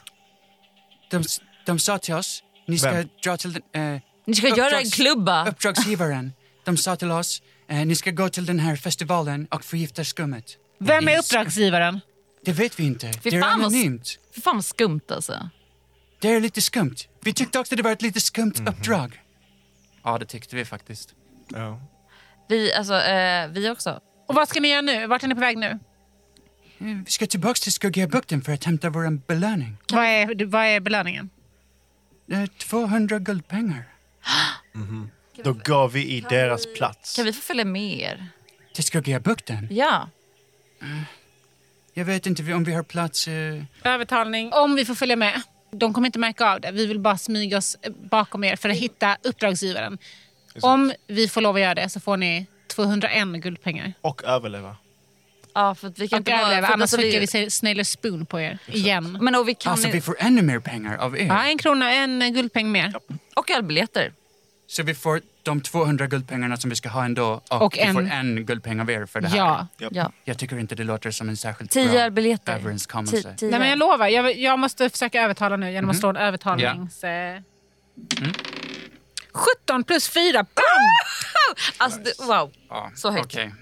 [SPEAKER 2] De, de sa till oss, ni
[SPEAKER 4] ska Vem?
[SPEAKER 2] dra till den, eh,
[SPEAKER 5] Ni ska göra en klubba.
[SPEAKER 2] uppdragsgivaren. De sa till oss, eh, ni ska gå till den här festivalen och förgifta skummet.
[SPEAKER 9] Vem är uppdragsgivaren?
[SPEAKER 2] Det vet vi inte.
[SPEAKER 5] Det är fan vad- anonymt. Fy fan vad skumt alltså.
[SPEAKER 2] Det är lite skumt. Vi tyckte också det var ett lite skumt
[SPEAKER 4] Mhm.
[SPEAKER 2] uppdrag. Ja, det tyckte vi faktiskt.
[SPEAKER 4] Ja.
[SPEAKER 5] Vi, alltså, eh, vi också.
[SPEAKER 9] Och vad ska ni göra nu? Vart är ni på väg nu?
[SPEAKER 2] Vi ska tillbaka till Skuggabukten för att hämta vår belöning.
[SPEAKER 9] Vad är, vad är belöningen?
[SPEAKER 2] Eh, 200 guldpengar.
[SPEAKER 4] Då gav vi i deras plats.
[SPEAKER 5] Kan vi få följa med er?
[SPEAKER 2] Till Skuggabukten?
[SPEAKER 5] Ja.
[SPEAKER 2] Jag vet inte om vi har plats... eh,
[SPEAKER 9] Övertalning. Om vi får följa med. De kommer inte märka av det. Vi vill bara smyga oss bakom er för att hitta uppdragsgivaren. Om vi får lov att göra det så får ni 201 guldpengar.
[SPEAKER 4] Och överleva.
[SPEAKER 5] Ja, för att vi kan
[SPEAKER 9] Och
[SPEAKER 5] inte bara-
[SPEAKER 9] överleva,
[SPEAKER 5] för att
[SPEAKER 9] annars
[SPEAKER 5] alltså
[SPEAKER 9] skickar
[SPEAKER 5] vi-
[SPEAKER 9] vi Snail och Spoon på er igen.
[SPEAKER 5] Men och vi kan
[SPEAKER 2] Alltså, vi får ännu mer pengar av er.
[SPEAKER 9] Ja, en krona, en guldpeng mer.
[SPEAKER 5] Och ölbiljetter.
[SPEAKER 2] Så vi får de 200 guldpengarna som vi ska ha ändå och,
[SPEAKER 9] Och
[SPEAKER 2] vi
[SPEAKER 9] en-
[SPEAKER 2] får en guldpeng av er för det här.
[SPEAKER 9] Ja.
[SPEAKER 5] Ja.
[SPEAKER 2] Jag tycker inte det låter som en särskilt
[SPEAKER 5] Tio
[SPEAKER 2] bra
[SPEAKER 5] ölbiljetter.
[SPEAKER 2] överenskommelse.
[SPEAKER 5] Ti- tio.
[SPEAKER 9] Nej, men jag lovar, jag, jag måste försöka övertala nu
[SPEAKER 4] Mhm.
[SPEAKER 9] genom att slå en övertalnings... eh,
[SPEAKER 5] Mm.
[SPEAKER 9] 17 plus 4, bam!
[SPEAKER 5] Alltså, det- wow.
[SPEAKER 2] Ja,
[SPEAKER 5] Så högt.
[SPEAKER 2] Okej.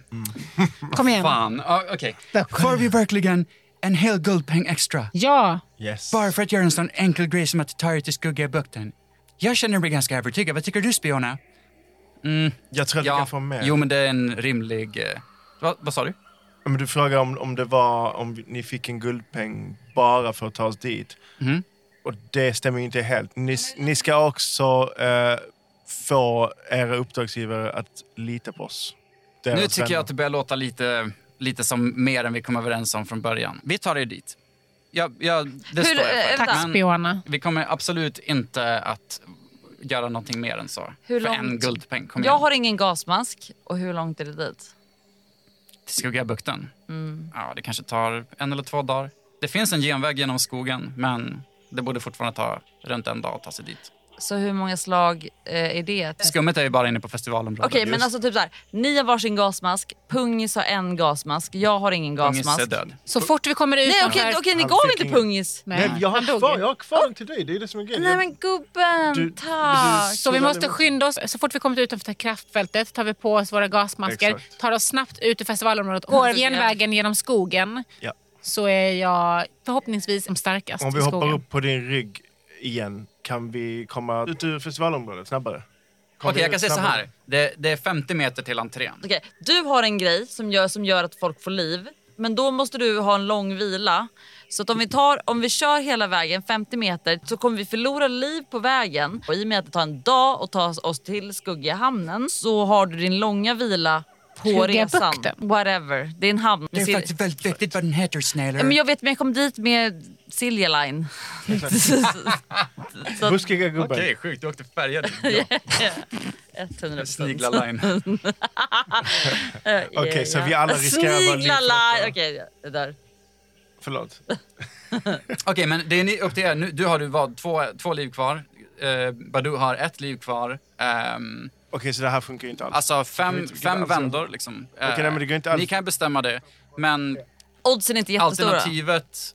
[SPEAKER 9] Kom igen.
[SPEAKER 2] Fan. Ja, okej. Får vi verkligen en hel guldpeng extra?
[SPEAKER 9] Ja,
[SPEAKER 4] Yes.
[SPEAKER 2] Bara för att göra en sån enkel grej som att ta er till Skuggabukten. Jag känner mig ganska övertygad. Vad tycker du, Spiona?
[SPEAKER 4] Jag tror att vi kan få med.
[SPEAKER 2] Jo, men det är en rimlig... eh, Vad, vad sa du?
[SPEAKER 4] Men du frågar om, om det var om vi- ni fick en guldpeng bara för att ta oss dit.
[SPEAKER 2] Mm.
[SPEAKER 4] Och det stämmer ju inte helt. Ni, s- ni ska också eh, få era uppdragsgivare att lita på oss. Deras
[SPEAKER 2] Nu tycker
[SPEAKER 4] vänner.
[SPEAKER 2] jag att det börjar låta lite, lite som mer än vi kom överens om från början. Vi tar er dit. Ja, ja, det
[SPEAKER 5] Hur-
[SPEAKER 2] står jag
[SPEAKER 5] eh,
[SPEAKER 2] för.
[SPEAKER 5] vänta.
[SPEAKER 9] tack Spiona.
[SPEAKER 2] vi kommer absolut inte att göra någonting mer än så.
[SPEAKER 5] Hur
[SPEAKER 2] för
[SPEAKER 5] långt?
[SPEAKER 2] en guldpeng. Kom
[SPEAKER 5] Jag
[SPEAKER 2] igen.
[SPEAKER 5] har ingen gasmask. Och hur långt är det dit?
[SPEAKER 2] Till Skuggabukten.
[SPEAKER 5] Mm.
[SPEAKER 2] Ja, det kanske tar en eller två dagar. Det finns en genväg genom skogen, men det borde fortfarande ta runt en dag att ta sig dit.
[SPEAKER 5] Så hur många slag eh, är det? Okej,
[SPEAKER 2] Skummet är ju bara inne på festivalområdet.
[SPEAKER 5] men alltså typ så här. Ni har varsin gasmask. Pungis har en gasmask. Jag har ingen
[SPEAKER 2] Ångest
[SPEAKER 5] gasmask.
[SPEAKER 2] är död.
[SPEAKER 9] Så fort vi kommer ut
[SPEAKER 5] Nej, okej,
[SPEAKER 9] utanför-
[SPEAKER 5] okej, ni
[SPEAKER 4] Han
[SPEAKER 5] gav
[SPEAKER 4] fick
[SPEAKER 5] inte
[SPEAKER 4] ingen-
[SPEAKER 5] pungis.
[SPEAKER 9] Nej,
[SPEAKER 4] Nej, jag har
[SPEAKER 9] han dog
[SPEAKER 4] kvar,
[SPEAKER 9] ju.
[SPEAKER 4] jag har kvar den till dig. Det är det som är grejen.
[SPEAKER 5] Nej men gubben,
[SPEAKER 4] Du-
[SPEAKER 5] tack.
[SPEAKER 4] du-
[SPEAKER 9] Så vi måste skynda oss. Så fort vi kommit utanför kraftfältet tar vi på oss våra gasmasker,
[SPEAKER 4] Exakt.
[SPEAKER 9] tar oss snabbt ut ur festivalområdet, går
[SPEAKER 5] Ja.
[SPEAKER 9] genvägen genom skogen.
[SPEAKER 4] Ja.
[SPEAKER 9] Så är jag förhoppningsvis som starkast
[SPEAKER 4] Om vi
[SPEAKER 9] i
[SPEAKER 4] hoppar
[SPEAKER 9] skogen.
[SPEAKER 4] upp på din rygg igen, kan vi komma ut ur festivalområdet snabbare? Kommer
[SPEAKER 2] Okej,
[SPEAKER 4] vi
[SPEAKER 2] jag kan
[SPEAKER 4] ut
[SPEAKER 2] säga så
[SPEAKER 4] snabbare?
[SPEAKER 2] här. Det, det är 50 meter till entrén.
[SPEAKER 5] Okej, du har en grej som gör, som gör att folk får liv. Men då måste du ha en lång vila. Så att om, vi tar, om vi kör hela vägen 50 meter så kommer vi förlora liv på vägen. Och I och med att det tar en dag att ta oss till Skuggahamnen så har du din långa vila på resan.
[SPEAKER 9] Skuggabukten.
[SPEAKER 5] Whatever, det är en hamn.
[SPEAKER 2] Det är
[SPEAKER 5] Sil-
[SPEAKER 2] faktiskt väldigt viktigt vad den heter, Snailer.
[SPEAKER 5] Ja, men jag vet, men jag kom dit med Silja Line.
[SPEAKER 4] Buskiga gubben.
[SPEAKER 2] sjukt. Du åkte färja dit. Ja.
[SPEAKER 5] 100%.
[SPEAKER 2] Snigla line.
[SPEAKER 4] Okej, så vi alla riskerar våra liv för
[SPEAKER 5] Snigla
[SPEAKER 4] detta.
[SPEAKER 5] Line! Okej, det där.
[SPEAKER 4] Förlåt.
[SPEAKER 2] Okej, men det är ni, upp till er. Nu, du har du vad, två, två liv kvar. Uh, Badoo har ett liv kvar. Ehm,
[SPEAKER 4] Okej, så det här funkar ju inte alls.
[SPEAKER 2] alltså fem,
[SPEAKER 4] inte- vi kan
[SPEAKER 2] fem
[SPEAKER 4] alltså-
[SPEAKER 2] vändor liksom. Eh,
[SPEAKER 4] nej, men det går inte alls.
[SPEAKER 2] Ni kan bestämma det. Men
[SPEAKER 5] Oddsen är inte jättestora.
[SPEAKER 2] alternativet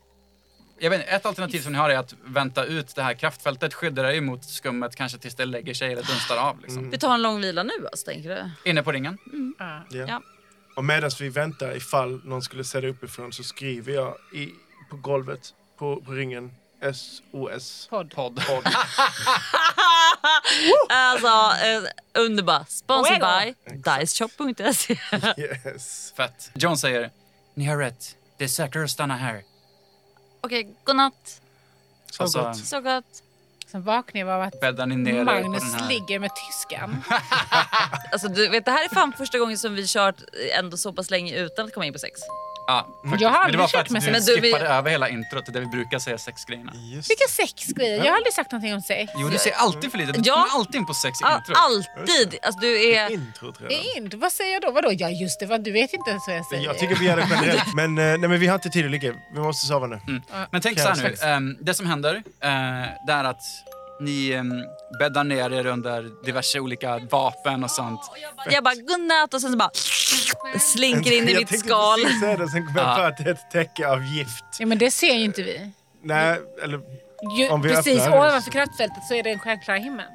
[SPEAKER 2] Jag vet, inte, ett alternativ som ni har är att vänta ut det här kraftfältet, skydda dig mot skummet kanske tills det lägger sig eller dunstar av. Liksom.
[SPEAKER 4] Mm.
[SPEAKER 5] Vi tar en lång vila nu alltså, tänker du?
[SPEAKER 2] Inne på ringen.
[SPEAKER 5] Ja.
[SPEAKER 4] Och medan vi väntar, ifall någon skulle se det uppifrån, så skriver jag i, på golvet på, på ringen SOS.
[SPEAKER 9] Podd.
[SPEAKER 2] Podd.
[SPEAKER 5] Alltså, eh, underbar. Sponsored by Diceshop.se.
[SPEAKER 4] Yes.
[SPEAKER 2] Fett. John säger, ni har rätt. Det är säkrare att stanna här.
[SPEAKER 5] Okej, godnatt.
[SPEAKER 4] Så
[SPEAKER 2] Alltså,
[SPEAKER 4] gott.
[SPEAKER 5] Så gott.
[SPEAKER 9] Sen vaknar jag av att
[SPEAKER 2] Bäddar ni ner er på den
[SPEAKER 9] Magnus
[SPEAKER 2] här?
[SPEAKER 9] ligger med tyskan.
[SPEAKER 5] Alltså, du vet, det här är fan första gången som vi kört ändå så pass länge utan att komma in på sex.
[SPEAKER 2] Ja, faktiskt.
[SPEAKER 9] Jag har
[SPEAKER 2] Men det var
[SPEAKER 9] aldrig
[SPEAKER 2] för
[SPEAKER 9] kört
[SPEAKER 2] att
[SPEAKER 9] med
[SPEAKER 2] du
[SPEAKER 9] sex.
[SPEAKER 5] Men du, vi-
[SPEAKER 2] skippade över hela introt där vi brukar säga sexgrejerna.
[SPEAKER 4] Just.
[SPEAKER 9] Vilka sexgrejer? Jag har aldrig sagt någonting om sex.
[SPEAKER 2] Jo, du säger alltid för lite. Du
[SPEAKER 5] Ja.
[SPEAKER 2] kommer alltid in på sex i
[SPEAKER 5] All,
[SPEAKER 2] introt.
[SPEAKER 5] alltid. Alltså, du är...
[SPEAKER 4] Introt redan.
[SPEAKER 9] Är Ind, vad säger jag då? Vadå? Ja just det, vad, du vet inte ens vad jag
[SPEAKER 4] Nej,
[SPEAKER 9] säger.
[SPEAKER 4] Jag tycker vi gör det generellt. Men, eh, nej, men vi har inte tid att ligga. Vi måste sova nu.
[SPEAKER 5] Mm.
[SPEAKER 2] Men tänk så
[SPEAKER 4] Krävs
[SPEAKER 2] här nu. ehm, det som händer eh, det är att ni um, bäddar ner er under diverse olika vapen och sånt.
[SPEAKER 5] Jag bara godnatt och sen så bara slinker in i
[SPEAKER 4] jag
[SPEAKER 2] tänkte
[SPEAKER 5] mitt skal.
[SPEAKER 4] Precis säga det, sen kom jag på att det är ett täcke av gift.
[SPEAKER 9] Ja, men det ser ju inte vi.
[SPEAKER 4] Nej, eller...
[SPEAKER 9] Ju,
[SPEAKER 4] Om vi
[SPEAKER 9] precis
[SPEAKER 4] öppnar-
[SPEAKER 9] ovanför kraftfältet så är det en stjärnklar himmel.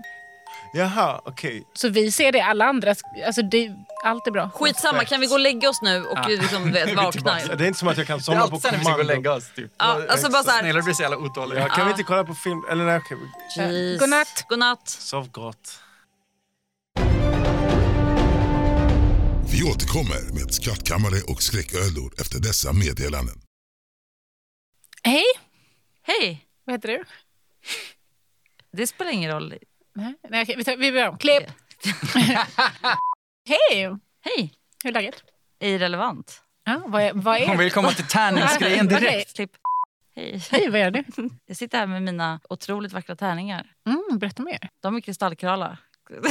[SPEAKER 4] Jaha, okej.
[SPEAKER 9] Så vi ser det, alla andra... sk- Alltså det, allt är bra.
[SPEAKER 5] Skitsamma, kan vi gå och lägga oss nu och liksom, du vet, vakna?
[SPEAKER 4] Tillbaks. Det är inte som att jag kan
[SPEAKER 2] Det är
[SPEAKER 4] somna på
[SPEAKER 2] alltid sen när vi ska gå och lägga
[SPEAKER 4] kommando.
[SPEAKER 2] oss. Typ.
[SPEAKER 5] Ja, alltså bara så här.
[SPEAKER 2] Snälla blir så jävla otålig.
[SPEAKER 4] Ja, kan vi inte kolla på film? Eller nej, okej.
[SPEAKER 5] Jeez.
[SPEAKER 9] Godnatt.
[SPEAKER 5] Godnatt.
[SPEAKER 4] Sov gott.
[SPEAKER 1] Vi återkommer med skattkammare och skräcködlor efter dessa meddelanden.
[SPEAKER 9] Hej!
[SPEAKER 5] Hej,
[SPEAKER 9] Vad heter du?
[SPEAKER 5] det spelar ingen roll.
[SPEAKER 9] Nej, nej okej, vi, tar, vi börjar om. Klipp! Hej!
[SPEAKER 5] Hej,
[SPEAKER 9] Hur är läget?
[SPEAKER 5] irrelevant.
[SPEAKER 9] Ja, vad är, vad
[SPEAKER 2] Hon
[SPEAKER 9] är
[SPEAKER 2] vill komma till tärningsgrejen
[SPEAKER 9] Okej.
[SPEAKER 2] direkt.
[SPEAKER 5] Klipp. Hej.
[SPEAKER 9] Hej, vad gör du?
[SPEAKER 5] Jag sitter här med mina otroligt vackra tärningar.
[SPEAKER 9] Mm, berätta mer.
[SPEAKER 5] De är kristallkrala.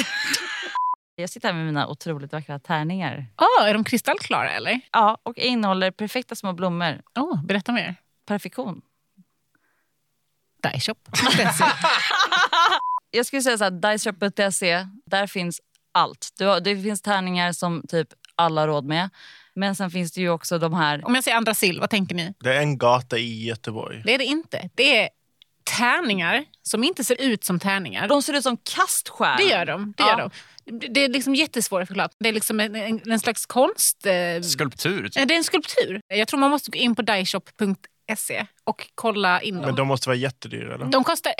[SPEAKER 5] Jag sitter här med mina otroligt vackra tärningar.
[SPEAKER 9] Ah, är de kristallklara eller?
[SPEAKER 5] Ja, och innehåller perfekta små blommor.
[SPEAKER 9] Oh, berätta mer.
[SPEAKER 5] Perfektion.
[SPEAKER 9] Dyshop.
[SPEAKER 5] jag skulle säga så här, diceshop.se, där finns allt. Du har, det finns tärningar som typ alla har råd med. Men sen finns det ju också de här...
[SPEAKER 9] Om jag säger andra sill, vad tänker ni?
[SPEAKER 4] Det är en gata i Göteborg.
[SPEAKER 9] Det är det inte. Det är tärningar som inte ser ut som tärningar.
[SPEAKER 5] De ser ut som kastskär.
[SPEAKER 9] Det gör de. Det,
[SPEAKER 5] Ja.
[SPEAKER 9] gör de. Det- det är liksom jättesvårt att förklara. Det är liksom en, en, en slags konst... Eh,
[SPEAKER 2] Skulptur. typ.
[SPEAKER 9] det är en skulptur. Jag tror man måste gå in på dyshop.se och kolla in
[SPEAKER 4] Men
[SPEAKER 9] dem.
[SPEAKER 4] de måste vara jättedyra. Eller?
[SPEAKER 9] De kostar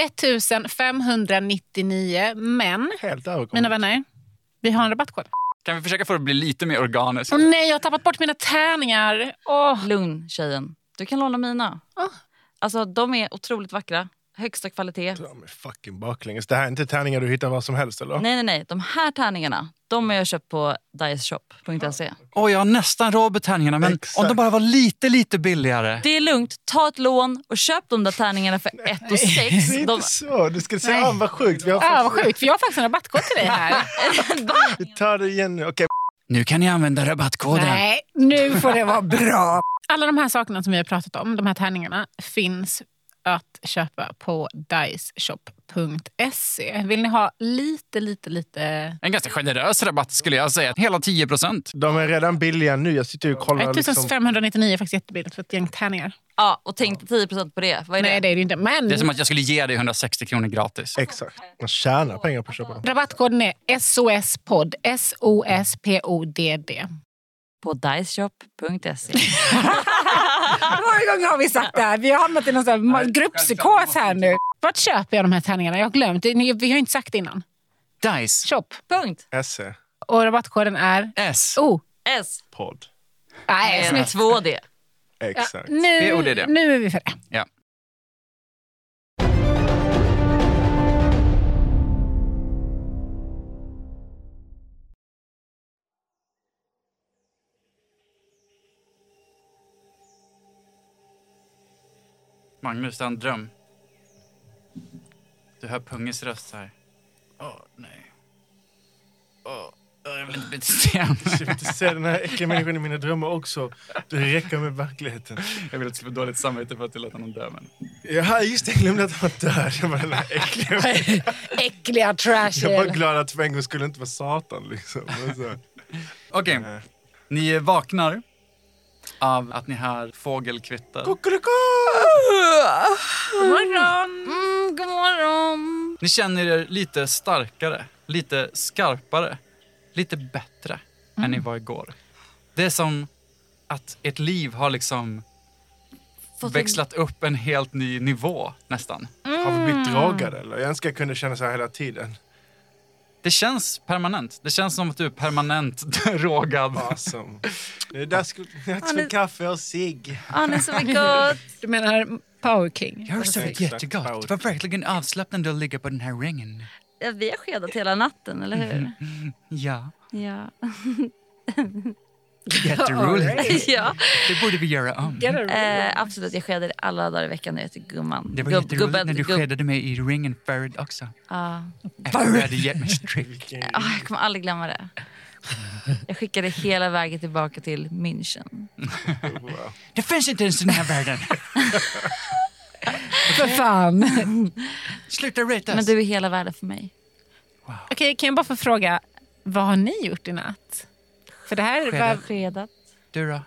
[SPEAKER 9] 1599 men,
[SPEAKER 4] Helt
[SPEAKER 9] mina
[SPEAKER 4] överkomligt.
[SPEAKER 9] vänner, vi har en rabattkod.
[SPEAKER 2] Kan vi försöka få det att bli lite mer organiskt?
[SPEAKER 9] Åh nej, jag har tappat bort mina tärningar! Åh.
[SPEAKER 5] Lugn tjejen, du kan låna mina.
[SPEAKER 9] Ah.
[SPEAKER 5] Alltså de är otroligt vackra. Högsta kvalitet.
[SPEAKER 4] De är fucking baklänges. Det här är inte tärningar du hittar var som helst eller?
[SPEAKER 5] Nej, nej, nej. De här tärningarna, de har jag köpt på diceshop.se.
[SPEAKER 2] Åh, jag har nästan råd med tärningarna, men om de
[SPEAKER 4] Exakt.
[SPEAKER 2] bara var lite, lite billigare.
[SPEAKER 5] Det är lugnt. Ta ett lån och köp de där tärningarna för 1 och
[SPEAKER 4] Det är
[SPEAKER 5] 6.
[SPEAKER 4] inte
[SPEAKER 5] De,
[SPEAKER 4] så. Du skulle säga, ah, vad sjukt. Vi, har
[SPEAKER 9] Ja, vad
[SPEAKER 4] faktiskt-
[SPEAKER 9] sjukt, för jag har faktiskt en rabattkod till dig här.
[SPEAKER 4] vi tar det igen nu. Okej,
[SPEAKER 2] Nu kan ni använda rabattkoden.
[SPEAKER 9] Nej, nu får det vara bra. Alla de här sakerna som vi har pratat om, de här tärningarna, finns att köpa på diceshop.se. E. Vill ni ha lite, lite, lite...
[SPEAKER 2] En ganska generös rabatt skulle jag säga. Hela 10 procent.
[SPEAKER 4] de är redan billiga nu. Jag sitter ju och kollar. Liksom,
[SPEAKER 9] 1599 är faktiskt jättebilligt för ett gäng tärningar.
[SPEAKER 5] ja, och tänkte 10 på det. Vad är
[SPEAKER 9] Nej,
[SPEAKER 5] det?
[SPEAKER 9] det är det inte. Men
[SPEAKER 2] Det är som att jag skulle ge dig 160 kronor gratis.
[SPEAKER 4] exakt. Man tjänar pengar på att köpa dem.
[SPEAKER 9] rabattkoden är SOSPOD. S-O-S-P-O-D-D.
[SPEAKER 5] På diceshop.se.
[SPEAKER 9] Varje gång har vi sagt det här. Vi har hamnat i någon sån här grupppsykos här nu. Vart köper jag de här tärningarna? Jag har glömt. Det- ni- Vi har ju inte sagt det innan.
[SPEAKER 2] Dice.
[SPEAKER 9] Shop.
[SPEAKER 5] Punkt.
[SPEAKER 4] SE.
[SPEAKER 9] Och rabattkoden är...
[SPEAKER 2] S.
[SPEAKER 9] Oh!
[SPEAKER 5] S. E.
[SPEAKER 4] Podd.
[SPEAKER 9] Nej,
[SPEAKER 5] Med två D.
[SPEAKER 4] Exakt.
[SPEAKER 2] Det
[SPEAKER 9] Nu,
[SPEAKER 2] och det är det.
[SPEAKER 9] nu är vi för det.
[SPEAKER 2] Ja. Magnus, det är en dröm. Du hör Punges röst här. Åh, nej. Åh, jag vill inte bli till sten.
[SPEAKER 4] Jag vill inte se den här äckliga människan i mina drömmar också. Det räcker med verkligheten.
[SPEAKER 2] jag vill att du ska få dåligt samvete för att du lät honom dö, men...
[SPEAKER 4] Jaha, just det. Jag glömde att han var död. Jag var den här äckliga
[SPEAKER 9] Äckliga trash
[SPEAKER 4] Jag var glad att för en gång skulle inte vara Satan. Liksom. Men så-
[SPEAKER 2] Okej, ni vaknar av att ni hör fågelkvitter.
[SPEAKER 4] Kuckeliku!
[SPEAKER 9] God morgon!
[SPEAKER 5] Mm, god morgon.
[SPEAKER 2] Ni känner er lite starkare, lite skarpare, lite bättre än ni
[SPEAKER 5] Mm.
[SPEAKER 2] var igår. Det är som att ert liv har liksom
[SPEAKER 5] Fått en-
[SPEAKER 2] växlat upp en helt ny nivå nästan.
[SPEAKER 4] Har vi
[SPEAKER 9] Mm.
[SPEAKER 4] blivit dragade eller? Jag önskar jag kunde känna så här hela tiden.
[SPEAKER 2] Det känns permanent. Det känns som att du är permanent drogad.
[SPEAKER 4] Awesome. Nu är det dags dags för kaffe och cigg.
[SPEAKER 5] Ah, ni är så gott.
[SPEAKER 9] Du menar Power King?
[SPEAKER 2] Jag har sovit
[SPEAKER 4] Exakt.
[SPEAKER 2] jättegott. Det var verkligen avslappnande att ligga på den här ringen.
[SPEAKER 5] Ja, vi har skedat hela natten, eller hur?
[SPEAKER 2] Ja,
[SPEAKER 5] Ja.
[SPEAKER 2] jätteroligt.
[SPEAKER 5] ja.
[SPEAKER 2] Det borde vi göra om.
[SPEAKER 5] Eh, absolut, jag skedar alla dagar i veckan när jag heter gumman.
[SPEAKER 2] Det var
[SPEAKER 5] Gubb-
[SPEAKER 2] jätteroligt när du
[SPEAKER 5] gubb-
[SPEAKER 2] skedade mig i ringen förut också.
[SPEAKER 5] Ja.
[SPEAKER 2] Efter du hade gett mig stryk.
[SPEAKER 5] Ah, jag kommer aldrig glömma det. Jag skickade hela vägen tillbaka till München.
[SPEAKER 2] Det finns inte ens i den här världen.
[SPEAKER 10] För fan.
[SPEAKER 2] Sluta retas.
[SPEAKER 5] Men du är hela världen för mig.
[SPEAKER 9] Okej, kan jag bara få fråga, vad har ni gjort i natt? För det här...
[SPEAKER 2] Skedat.
[SPEAKER 9] var-
[SPEAKER 5] Skedat.
[SPEAKER 2] Du då?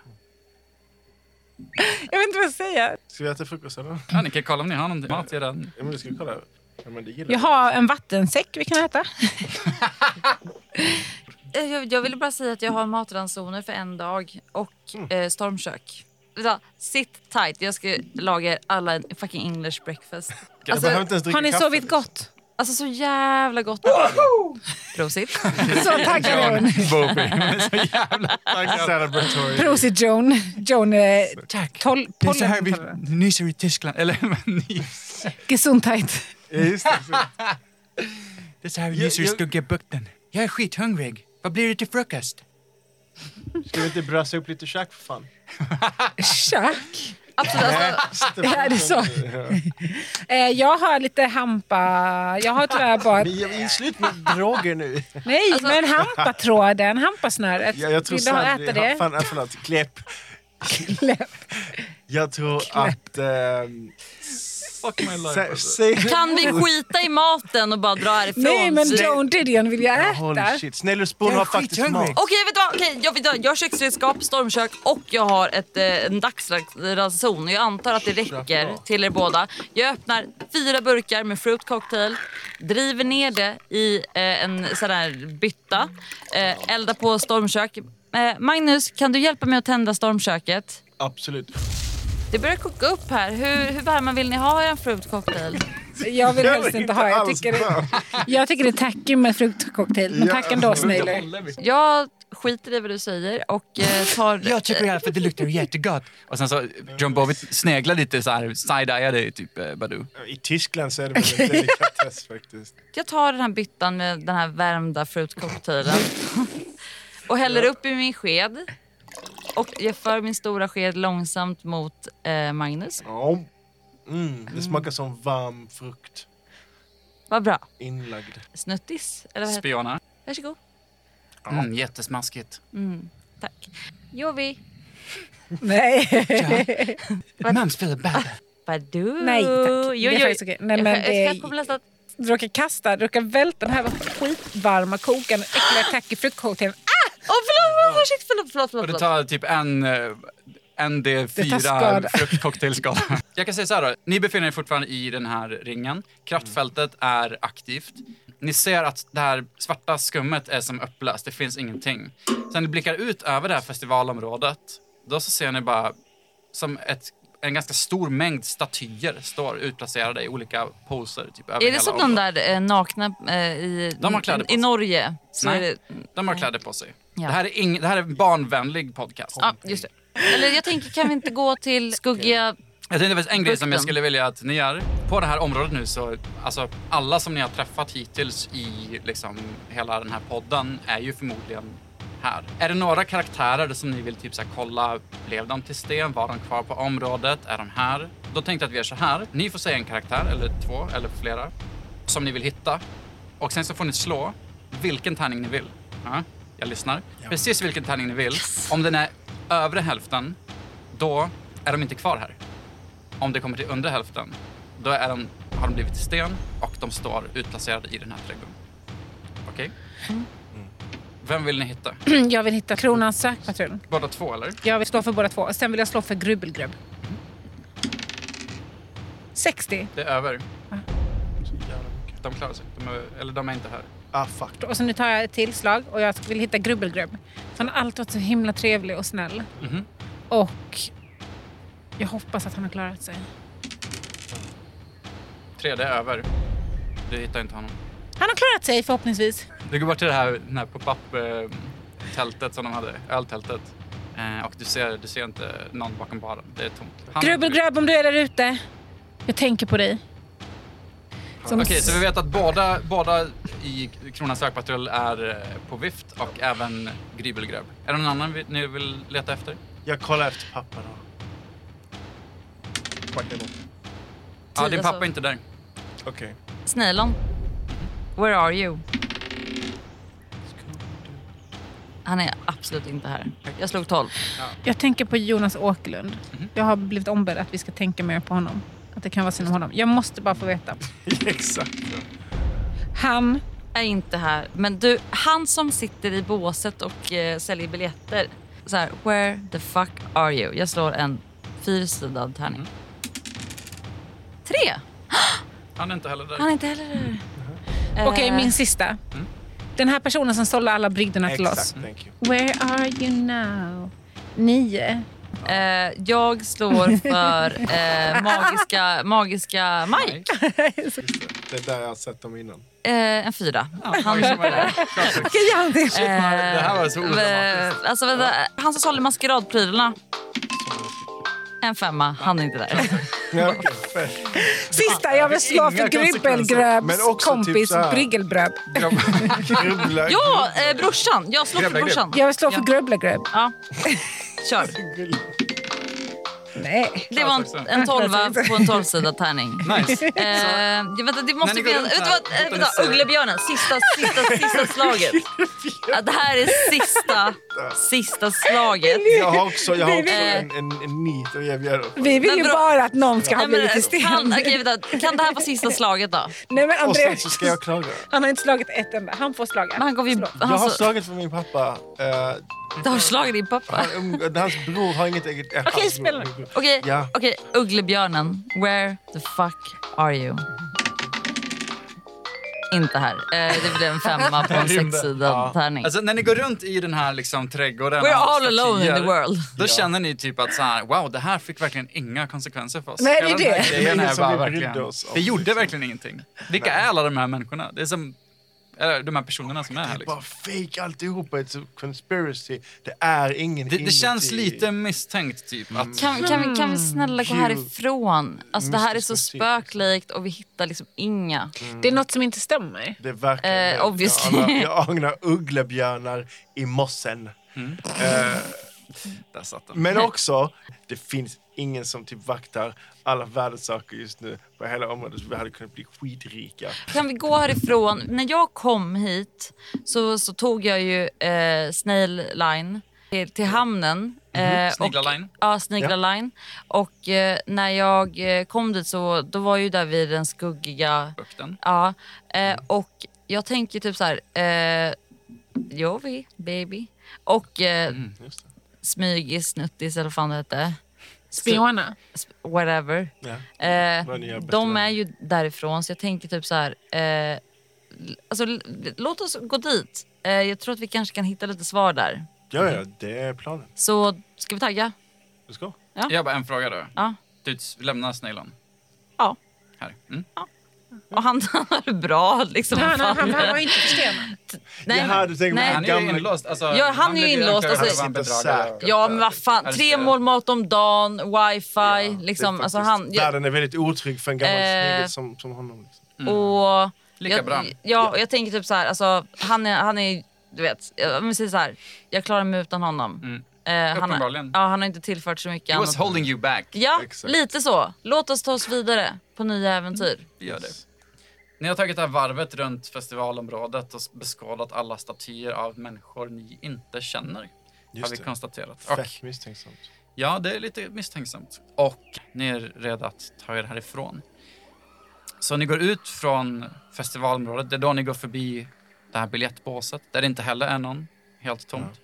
[SPEAKER 9] jag vet inte vad jag ska säga.
[SPEAKER 4] Ska vi äta frukost eller?
[SPEAKER 2] Ja, ni kan kolla om ni har någon mat redan.
[SPEAKER 4] Ja men det ska vi kolla. Ja, men det gillar
[SPEAKER 9] Jag har en vattensäck vi kan äta.
[SPEAKER 5] Eh, Jag, jag ville bara säga att jag har matransoner för en dag och
[SPEAKER 9] Mm.
[SPEAKER 5] eh, stormkök. Vänta, Sitt tight, jag ska laga er alla en fucking English breakfast.
[SPEAKER 4] jag
[SPEAKER 5] Alltså,
[SPEAKER 4] behöver inte ens dricka
[SPEAKER 9] Har ni
[SPEAKER 4] kaffe.
[SPEAKER 9] sovit gott?
[SPEAKER 5] alltså så jävla gott. Prosit.
[SPEAKER 9] Så taggad Joan.
[SPEAKER 4] Celebratory.
[SPEAKER 9] Prosit Joan. Joan är
[SPEAKER 2] Tack.
[SPEAKER 9] eh, tol-
[SPEAKER 2] Det är så här
[SPEAKER 9] pollen.
[SPEAKER 2] vi nyser i Tyskland. Eller men nys.
[SPEAKER 9] Gesundheit.
[SPEAKER 4] Ja, just det.
[SPEAKER 2] Det är så här vi nyser i
[SPEAKER 4] jag-
[SPEAKER 2] Skuggabukten. Jag är skithungrig. Vad blir det till frukost?
[SPEAKER 4] Ska vi inte brassa upp lite käk för fan?
[SPEAKER 9] Tjack.
[SPEAKER 5] Absolut, alltså,
[SPEAKER 9] Är det så? Eh, Jag har lite hampa... Jag har tyvärr bara...
[SPEAKER 4] Men jag är slut med droger nu.
[SPEAKER 9] Nej, men hampatråden, hampasnöret.
[SPEAKER 4] Jag, jag tror
[SPEAKER 9] Vill du ha
[SPEAKER 4] Sandri-
[SPEAKER 9] äta det?
[SPEAKER 4] Fan, äh, förlåt. Klepp. Jag tror att... ehm,
[SPEAKER 2] Fuck my
[SPEAKER 4] sä- säg...
[SPEAKER 5] kan vi skita i maten och bara dra härifrån?
[SPEAKER 9] Nej, men
[SPEAKER 5] Så-
[SPEAKER 9] Joan Didion vill jag
[SPEAKER 4] Holy
[SPEAKER 9] äta.
[SPEAKER 4] shit. Snälla Spoon
[SPEAKER 2] Jag är
[SPEAKER 4] har faktiskt
[SPEAKER 2] skithungrig.
[SPEAKER 4] mat.
[SPEAKER 5] Okej, vet du vad? Okej, jag, vet du vad? jag har köksredskap, stormkök och jag har ett, eh, en dagsranson. Jag antar att det räcker till er båda. Jag öppnar fyra burkar med fruit cocktail, driver ner det i eh, en sån här bytta, eh, eldar på stormkök. Eh, Magnus, kan du hjälpa mig att tända stormköket?
[SPEAKER 4] Absolut.
[SPEAKER 5] Det börjar koka upp här. Hur, hur varma vill ni ha er fruit cocktail?
[SPEAKER 9] Jag vill
[SPEAKER 4] Jag
[SPEAKER 9] helst
[SPEAKER 4] vill
[SPEAKER 9] inte
[SPEAKER 4] inte
[SPEAKER 9] ha. Jag
[SPEAKER 4] alls
[SPEAKER 9] tycker,
[SPEAKER 4] bra.
[SPEAKER 9] det, jag tycker det är tacky med fruktcocktail. Men
[SPEAKER 4] Ja.
[SPEAKER 9] tack ändå, Snailer.
[SPEAKER 5] Jag skiter i vad du säger och eh, tar...
[SPEAKER 2] Jag tycker i alla fall det luktar jättegott. Och sen så John Bovit sneglar lite så här side-eyade typ eh, Badoo.
[SPEAKER 4] I Tyskland så är det väl en delikatess faktiskt.
[SPEAKER 5] Jag tar den här byttan med den här värmda fruktcocktailen och häller upp i min sked. Och jag för min stora sked långsamt mot eh, Magnus.
[SPEAKER 4] Ja. Mm, det smakar som varm frukt.
[SPEAKER 5] Vad bra.
[SPEAKER 4] Inlagd.
[SPEAKER 5] Snuttis, eller vad heter det?
[SPEAKER 2] Spionar.
[SPEAKER 5] Varsågod.
[SPEAKER 2] Mm, jättesmaskigt.
[SPEAKER 5] Tack. Jovi.
[SPEAKER 9] Nej.
[SPEAKER 2] Mums feel bad.
[SPEAKER 5] Badoo.
[SPEAKER 9] Nej, tack. Det
[SPEAKER 5] Jo, jo.
[SPEAKER 9] är faktiskt okej. Nej,
[SPEAKER 5] Jag
[SPEAKER 9] men
[SPEAKER 5] kan-
[SPEAKER 9] det är-
[SPEAKER 5] Jag kommer nästan...
[SPEAKER 9] Du råkar kasta, du råkar välta den här skitvarma kokande äckliga tacky fruktcocktailen.
[SPEAKER 5] Åh, förlåt, förlåt, förlåt, förlåt, förlåt,
[SPEAKER 2] Och det
[SPEAKER 5] förlåt.
[SPEAKER 2] tar typ en, eh, en
[SPEAKER 9] tar skada.
[SPEAKER 2] D4 fruktcocktailskada. Jag kan säga så här då. Ni befinner er fortfarande i den här ringen. Kraftfältet är aktivt. Ni ser att det här svarta skummet är som upplöst. Det finns ingenting. Sen ni blickar ut över det här festivalområdet. Då så ser ni bara som ett, en ganska stor mängd statyer står utplacerade i olika poser. Typ, över
[SPEAKER 5] Är det
[SPEAKER 2] hela
[SPEAKER 5] som
[SPEAKER 2] området.
[SPEAKER 5] de där eh, nakna eh, i,
[SPEAKER 2] De har kläder på
[SPEAKER 5] i
[SPEAKER 2] sig.
[SPEAKER 5] Norge? Så
[SPEAKER 2] Nej.
[SPEAKER 5] är det,
[SPEAKER 2] De har kläder på sig.
[SPEAKER 5] Ja.
[SPEAKER 2] Det, här är ing, det här är en barnvänlig podcast.
[SPEAKER 5] ja, just det. Eller jag tänker, kan vi inte gå till skuggiga...
[SPEAKER 2] Jag tänkte faktiskt en grej som jag
[SPEAKER 5] Bukten.
[SPEAKER 2] skulle vilja att ni gör. På det här området nu så, alltså alla som ni har träffat hittills i liksom hela den här podden är ju förmodligen här. Är det några karaktärer som ni vill typ så här, kolla, blev de till sten, var de kvar på området, är de här? Då tänkte jag att vi gör så här, ni får säga en karaktär eller två eller flera som ni vill hitta och sen så får ni slå vilken tärning ni vill. Ja, jag lyssnar. Precis vilken tärning ni vill. Om den är övre hälften, då är de inte kvar här. Om det kommer till undre hälften, då är de, har de blivit till sten och de står utplacerade i den här trädgården. Okej? Vem vill ni hitta?
[SPEAKER 9] Jag vill hitta kronans sökpatrull.
[SPEAKER 2] Båda två, eller?
[SPEAKER 9] Jag vill slå för båda två. Sen vill jag slå för grubbelgrubb. 60.
[SPEAKER 2] Det är över. De klarar sig. De är, eller de är inte här.
[SPEAKER 4] Ah, fuck.
[SPEAKER 9] Och så nu tar jag ett tillslag och jag vill hitta Grubbelgrubb. Så Han har alltid varit så himla trevlig och snäll.
[SPEAKER 2] Mhm.
[SPEAKER 9] Och jag hoppas att han har klarat sig.
[SPEAKER 2] Tre, det är över. Du hittar inte honom.
[SPEAKER 9] Han har klarat sig förhoppningsvis.
[SPEAKER 2] Du går bort till det här, den här pop-up-tältet som de hade, öltältet. Eh, och du ser, du ser inte någon bakom baren. Det är tomt. Han-
[SPEAKER 9] Grubbelgrubb om du är där ute. Jag tänker på dig. Som-
[SPEAKER 2] Okej, så vi vet att båda, båda i Kronans sökpatrull är eh, på vift och även Grybelgröb. Är det någon annan vi, ni vill leta efter?
[SPEAKER 4] Jag kollar efter pappa då. Fuck, det är bra.
[SPEAKER 2] Ja, din pappa
[SPEAKER 5] alltså.
[SPEAKER 2] är inte där.
[SPEAKER 4] Okej.
[SPEAKER 5] Snilon, where are you? Han är absolut inte här. Jag slog 12.
[SPEAKER 9] Jag tänker på Jonas Åkerlund.
[SPEAKER 2] Mhm.
[SPEAKER 9] Jag har blivit ombedd att vi ska tänka mer på honom. Att det kan vara synd om honom. Jag måste bara få veta.
[SPEAKER 4] Exakt.
[SPEAKER 9] Han,
[SPEAKER 5] Är inte här. Men du, han som sitter i båset och eh, säljer biljetter. Så här, where the fuck are you? Jag slår en fyrsidad tärning. Tre!
[SPEAKER 2] Han är inte heller där.
[SPEAKER 5] Han är inte heller där. Eh,
[SPEAKER 9] okej min sista.
[SPEAKER 2] Mm.
[SPEAKER 9] Den här personen som sålde alla brygderna till oss.
[SPEAKER 4] Exakt, thank you.
[SPEAKER 9] Where are you now? Nio.
[SPEAKER 5] Eh, jag slår för eh, magiska, magiska Mike.
[SPEAKER 4] Det är där jag har sett dem innan.
[SPEAKER 5] Eh, en fyra. Han,
[SPEAKER 2] Oj, så var det. Klassisk.
[SPEAKER 5] Eh,
[SPEAKER 2] det här var så odramatiskt.
[SPEAKER 5] eh, alltså, vänta, Han som sålde maskeradprylarna. En femma. Han är inte där.
[SPEAKER 4] Ja, okej, fair.
[SPEAKER 9] Sista jag vill slå
[SPEAKER 2] Inga
[SPEAKER 9] för
[SPEAKER 4] Men
[SPEAKER 9] Gribbelgröbs
[SPEAKER 4] också typ
[SPEAKER 9] kompis
[SPEAKER 4] så här.
[SPEAKER 9] Bryggelbröb.
[SPEAKER 4] Grubbla.
[SPEAKER 5] Ja, eh, brorsan. Jag slår för
[SPEAKER 2] Grabbar,
[SPEAKER 5] brorsan.
[SPEAKER 9] Jag vill slå
[SPEAKER 5] Ja.
[SPEAKER 9] för Grubblegröb.
[SPEAKER 5] Ja. Kör.
[SPEAKER 9] Nej.
[SPEAKER 5] Det var en, en tolva på en tolvsidad tärning.
[SPEAKER 2] Nice.
[SPEAKER 5] Eh, ja, vänta, det
[SPEAKER 2] När
[SPEAKER 5] måste
[SPEAKER 2] ni går
[SPEAKER 5] finnas...
[SPEAKER 2] runt
[SPEAKER 5] Vänta,
[SPEAKER 2] här, utan
[SPEAKER 5] vänta, Eh, vänta,
[SPEAKER 2] att säga-
[SPEAKER 5] Ugglebjörnen. Sista, sista, sista slaget. Ja, det här är sista, sista slaget.
[SPEAKER 4] Jag har också, jag har också
[SPEAKER 5] Eh.
[SPEAKER 4] en, en, en nit att erbjuda.
[SPEAKER 9] Vi vill
[SPEAKER 5] Men
[SPEAKER 9] ju
[SPEAKER 5] bra-
[SPEAKER 9] bara att någon ska ha
[SPEAKER 5] Nej, men,
[SPEAKER 9] blivit i
[SPEAKER 5] eh, kan,
[SPEAKER 9] sten.
[SPEAKER 5] okej, vänta, kan det här vara sista slaget då?
[SPEAKER 9] Nej men
[SPEAKER 4] Och sen så
[SPEAKER 9] Andreas,
[SPEAKER 4] ska jag klaga.
[SPEAKER 9] han har inte slagit ett enda. Han får slaga.
[SPEAKER 5] Men han gav ju...
[SPEAKER 4] Jag har
[SPEAKER 5] Han så,
[SPEAKER 4] slagit för min pappa. Eh,
[SPEAKER 5] du har slagit din pappa.
[SPEAKER 4] han umg- hans bror har inget eget... eh,
[SPEAKER 9] Okej,
[SPEAKER 4] hans bror-
[SPEAKER 9] spela.
[SPEAKER 5] Okej,
[SPEAKER 4] Ja.
[SPEAKER 5] okej, Ugglebjörnen. Where the fuck are you? Inte här. Eh, det blev en femma på en sexsidad tärning.
[SPEAKER 2] Alltså när ni går runt i den här liksom, trädgården
[SPEAKER 5] We're
[SPEAKER 2] och
[SPEAKER 5] all alone in
[SPEAKER 2] statyer,
[SPEAKER 5] the world.
[SPEAKER 2] Då känner ni typ att så här, wow, det här fick verkligen inga konsekvenser för oss.
[SPEAKER 9] Nej, det är
[SPEAKER 2] Hela den här
[SPEAKER 9] det.
[SPEAKER 2] grejen
[SPEAKER 4] Det är
[SPEAKER 2] är
[SPEAKER 4] ingen
[SPEAKER 2] bara
[SPEAKER 4] som vi brydde
[SPEAKER 2] verkligen,
[SPEAKER 4] oss om,
[SPEAKER 2] det gjorde
[SPEAKER 4] liksom.
[SPEAKER 2] verkligen ingenting. Vilka är alla de här människorna? Det är som, eller de här personerna som är här
[SPEAKER 4] Bara
[SPEAKER 2] liksom.
[SPEAKER 4] fake alltihopa. It's a conspiracy. Det är ingen
[SPEAKER 2] Det, det känns
[SPEAKER 4] inuti.
[SPEAKER 2] lite misstänkt typ att...
[SPEAKER 5] Kan, kan, vi, kan vi snälla gå
[SPEAKER 4] Mm.
[SPEAKER 5] härifrån? Alltså, det här är så
[SPEAKER 4] Mystisk musik.
[SPEAKER 5] spöklikt och vi hittar liksom inga.
[SPEAKER 9] Det är något som inte stämmer.
[SPEAKER 4] Det är verkligen
[SPEAKER 5] Eh,
[SPEAKER 4] det.
[SPEAKER 5] obviously.
[SPEAKER 4] Jag anar- Jag agnar ugglebjörnar i mossen. Eh,
[SPEAKER 2] Mm. Där satt den.
[SPEAKER 4] men också, det finns ingen som typ vaktar alla världens saker just nu på hela området. Vi hade kunnat bli skitrika.
[SPEAKER 5] Kan vi gå härifrån? När jag kom hit så, så tog jag ju eh, Snail Line till, till hamnen. eh, och-
[SPEAKER 2] Snigla Line.
[SPEAKER 5] Ja, Snigla
[SPEAKER 4] Ja.
[SPEAKER 5] Line. Och eh, när jag eh, kom dit så då var jag ju där vid den skuggiga...
[SPEAKER 2] Bukten.
[SPEAKER 5] Ja, eh, och jag tänker typ så här... Eh, jo, vi, baby. Och eh,
[SPEAKER 4] Mm,
[SPEAKER 5] Smygis, Snuttis eller vad fan det hette.
[SPEAKER 9] Spiona.
[SPEAKER 5] Sp- Whatever.
[SPEAKER 4] Ja.
[SPEAKER 5] Eh,
[SPEAKER 4] Vad ni gör bäst
[SPEAKER 5] de
[SPEAKER 4] i
[SPEAKER 5] är
[SPEAKER 4] världen.
[SPEAKER 5] ju därifrån, så jag tänker typ så här... Eh, l- alltså, l- låt oss gå dit. Eh, jag tror att vi kanske kan hitta lite svar där.
[SPEAKER 4] Ja,
[SPEAKER 2] Mm.
[SPEAKER 4] ja, det är planen.
[SPEAKER 5] Så ska vi tagga?
[SPEAKER 4] Du ska.
[SPEAKER 2] Jag har bara en fråga då.
[SPEAKER 5] Ja.
[SPEAKER 2] Du lämnar Snailon
[SPEAKER 5] Ja.
[SPEAKER 2] här. Mm.
[SPEAKER 5] Och han han har det bra. Liksom,
[SPEAKER 9] Han,
[SPEAKER 5] Fan.
[SPEAKER 9] han, han var ju inte förstenad.
[SPEAKER 5] Nej,
[SPEAKER 4] Jaha, du tänker på
[SPEAKER 5] nej.
[SPEAKER 4] han
[SPEAKER 2] Han är ju inlåst. Alltså,
[SPEAKER 5] Ja, han är ju
[SPEAKER 2] blev
[SPEAKER 5] inlåst,
[SPEAKER 2] anklagad
[SPEAKER 5] alltså-
[SPEAKER 2] för att vara en
[SPEAKER 4] Sitter
[SPEAKER 2] bedragare.
[SPEAKER 4] säkert.
[SPEAKER 5] Ja, men vad fan.
[SPEAKER 2] Älskar
[SPEAKER 5] Tre
[SPEAKER 2] det.
[SPEAKER 5] mål mat om dagen, wifi.
[SPEAKER 4] Det är
[SPEAKER 5] liksom.
[SPEAKER 4] faktiskt-
[SPEAKER 5] alltså, han, ja,
[SPEAKER 4] Världen är väldigt otrygg för en gammal
[SPEAKER 5] Eh.
[SPEAKER 4] snigel som, som honom. Liksom.
[SPEAKER 5] och,
[SPEAKER 2] Lika
[SPEAKER 5] jag,
[SPEAKER 2] bra.
[SPEAKER 5] Ja, och jag tänker typ så här. Alltså, han, är, han är du vet, jag, om vi säger så här, jag klarar mig utan honom. Eh, han, har,
[SPEAKER 2] Uppenbarligen.
[SPEAKER 5] ja, han har inte tillfört så mycket
[SPEAKER 2] He was
[SPEAKER 5] annat.
[SPEAKER 2] holding you back.
[SPEAKER 5] Ja,
[SPEAKER 4] Exakt.
[SPEAKER 5] lite så. Låt oss ta oss vidare på nya äventyr.
[SPEAKER 2] Vi gör det. Ni har tagit det här varvet runt festivalområdet och beskådat alla statyer av människor ni inte känner.
[SPEAKER 4] Just
[SPEAKER 2] har vi
[SPEAKER 4] det.
[SPEAKER 2] konstaterat. Och,
[SPEAKER 4] Fett misstänksamt.
[SPEAKER 2] ja, det är lite misstänksamt. Och ni är redo att ta er härifrån. Så ni går ut från festivalområdet. Det är då ni går förbi det här biljettbåset där det inte heller är någon. Helt tomt.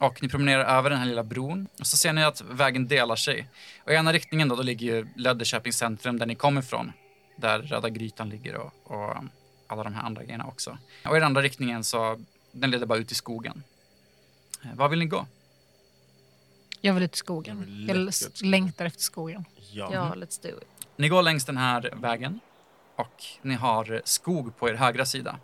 [SPEAKER 2] Och ni promenerar över den här lilla bron och så ser ni att vägen delar sig. Och i ena riktningen då, då ligger ju Löddeköpings centrum där ni kommer ifrån. Där Röda Grytan ligger och, och alla de här andra grejerna också. Och i den andra riktningen så, den leder bara ut i skogen. Eh, Var vill ni gå?
[SPEAKER 9] Jag vill ut i skogen. Jag
[SPEAKER 4] lätt ut i
[SPEAKER 9] längtar efter skogen.
[SPEAKER 4] Ja.
[SPEAKER 5] Ja, let's do it.
[SPEAKER 2] Ni går längs den här vägen och ni har skog på er högra sida.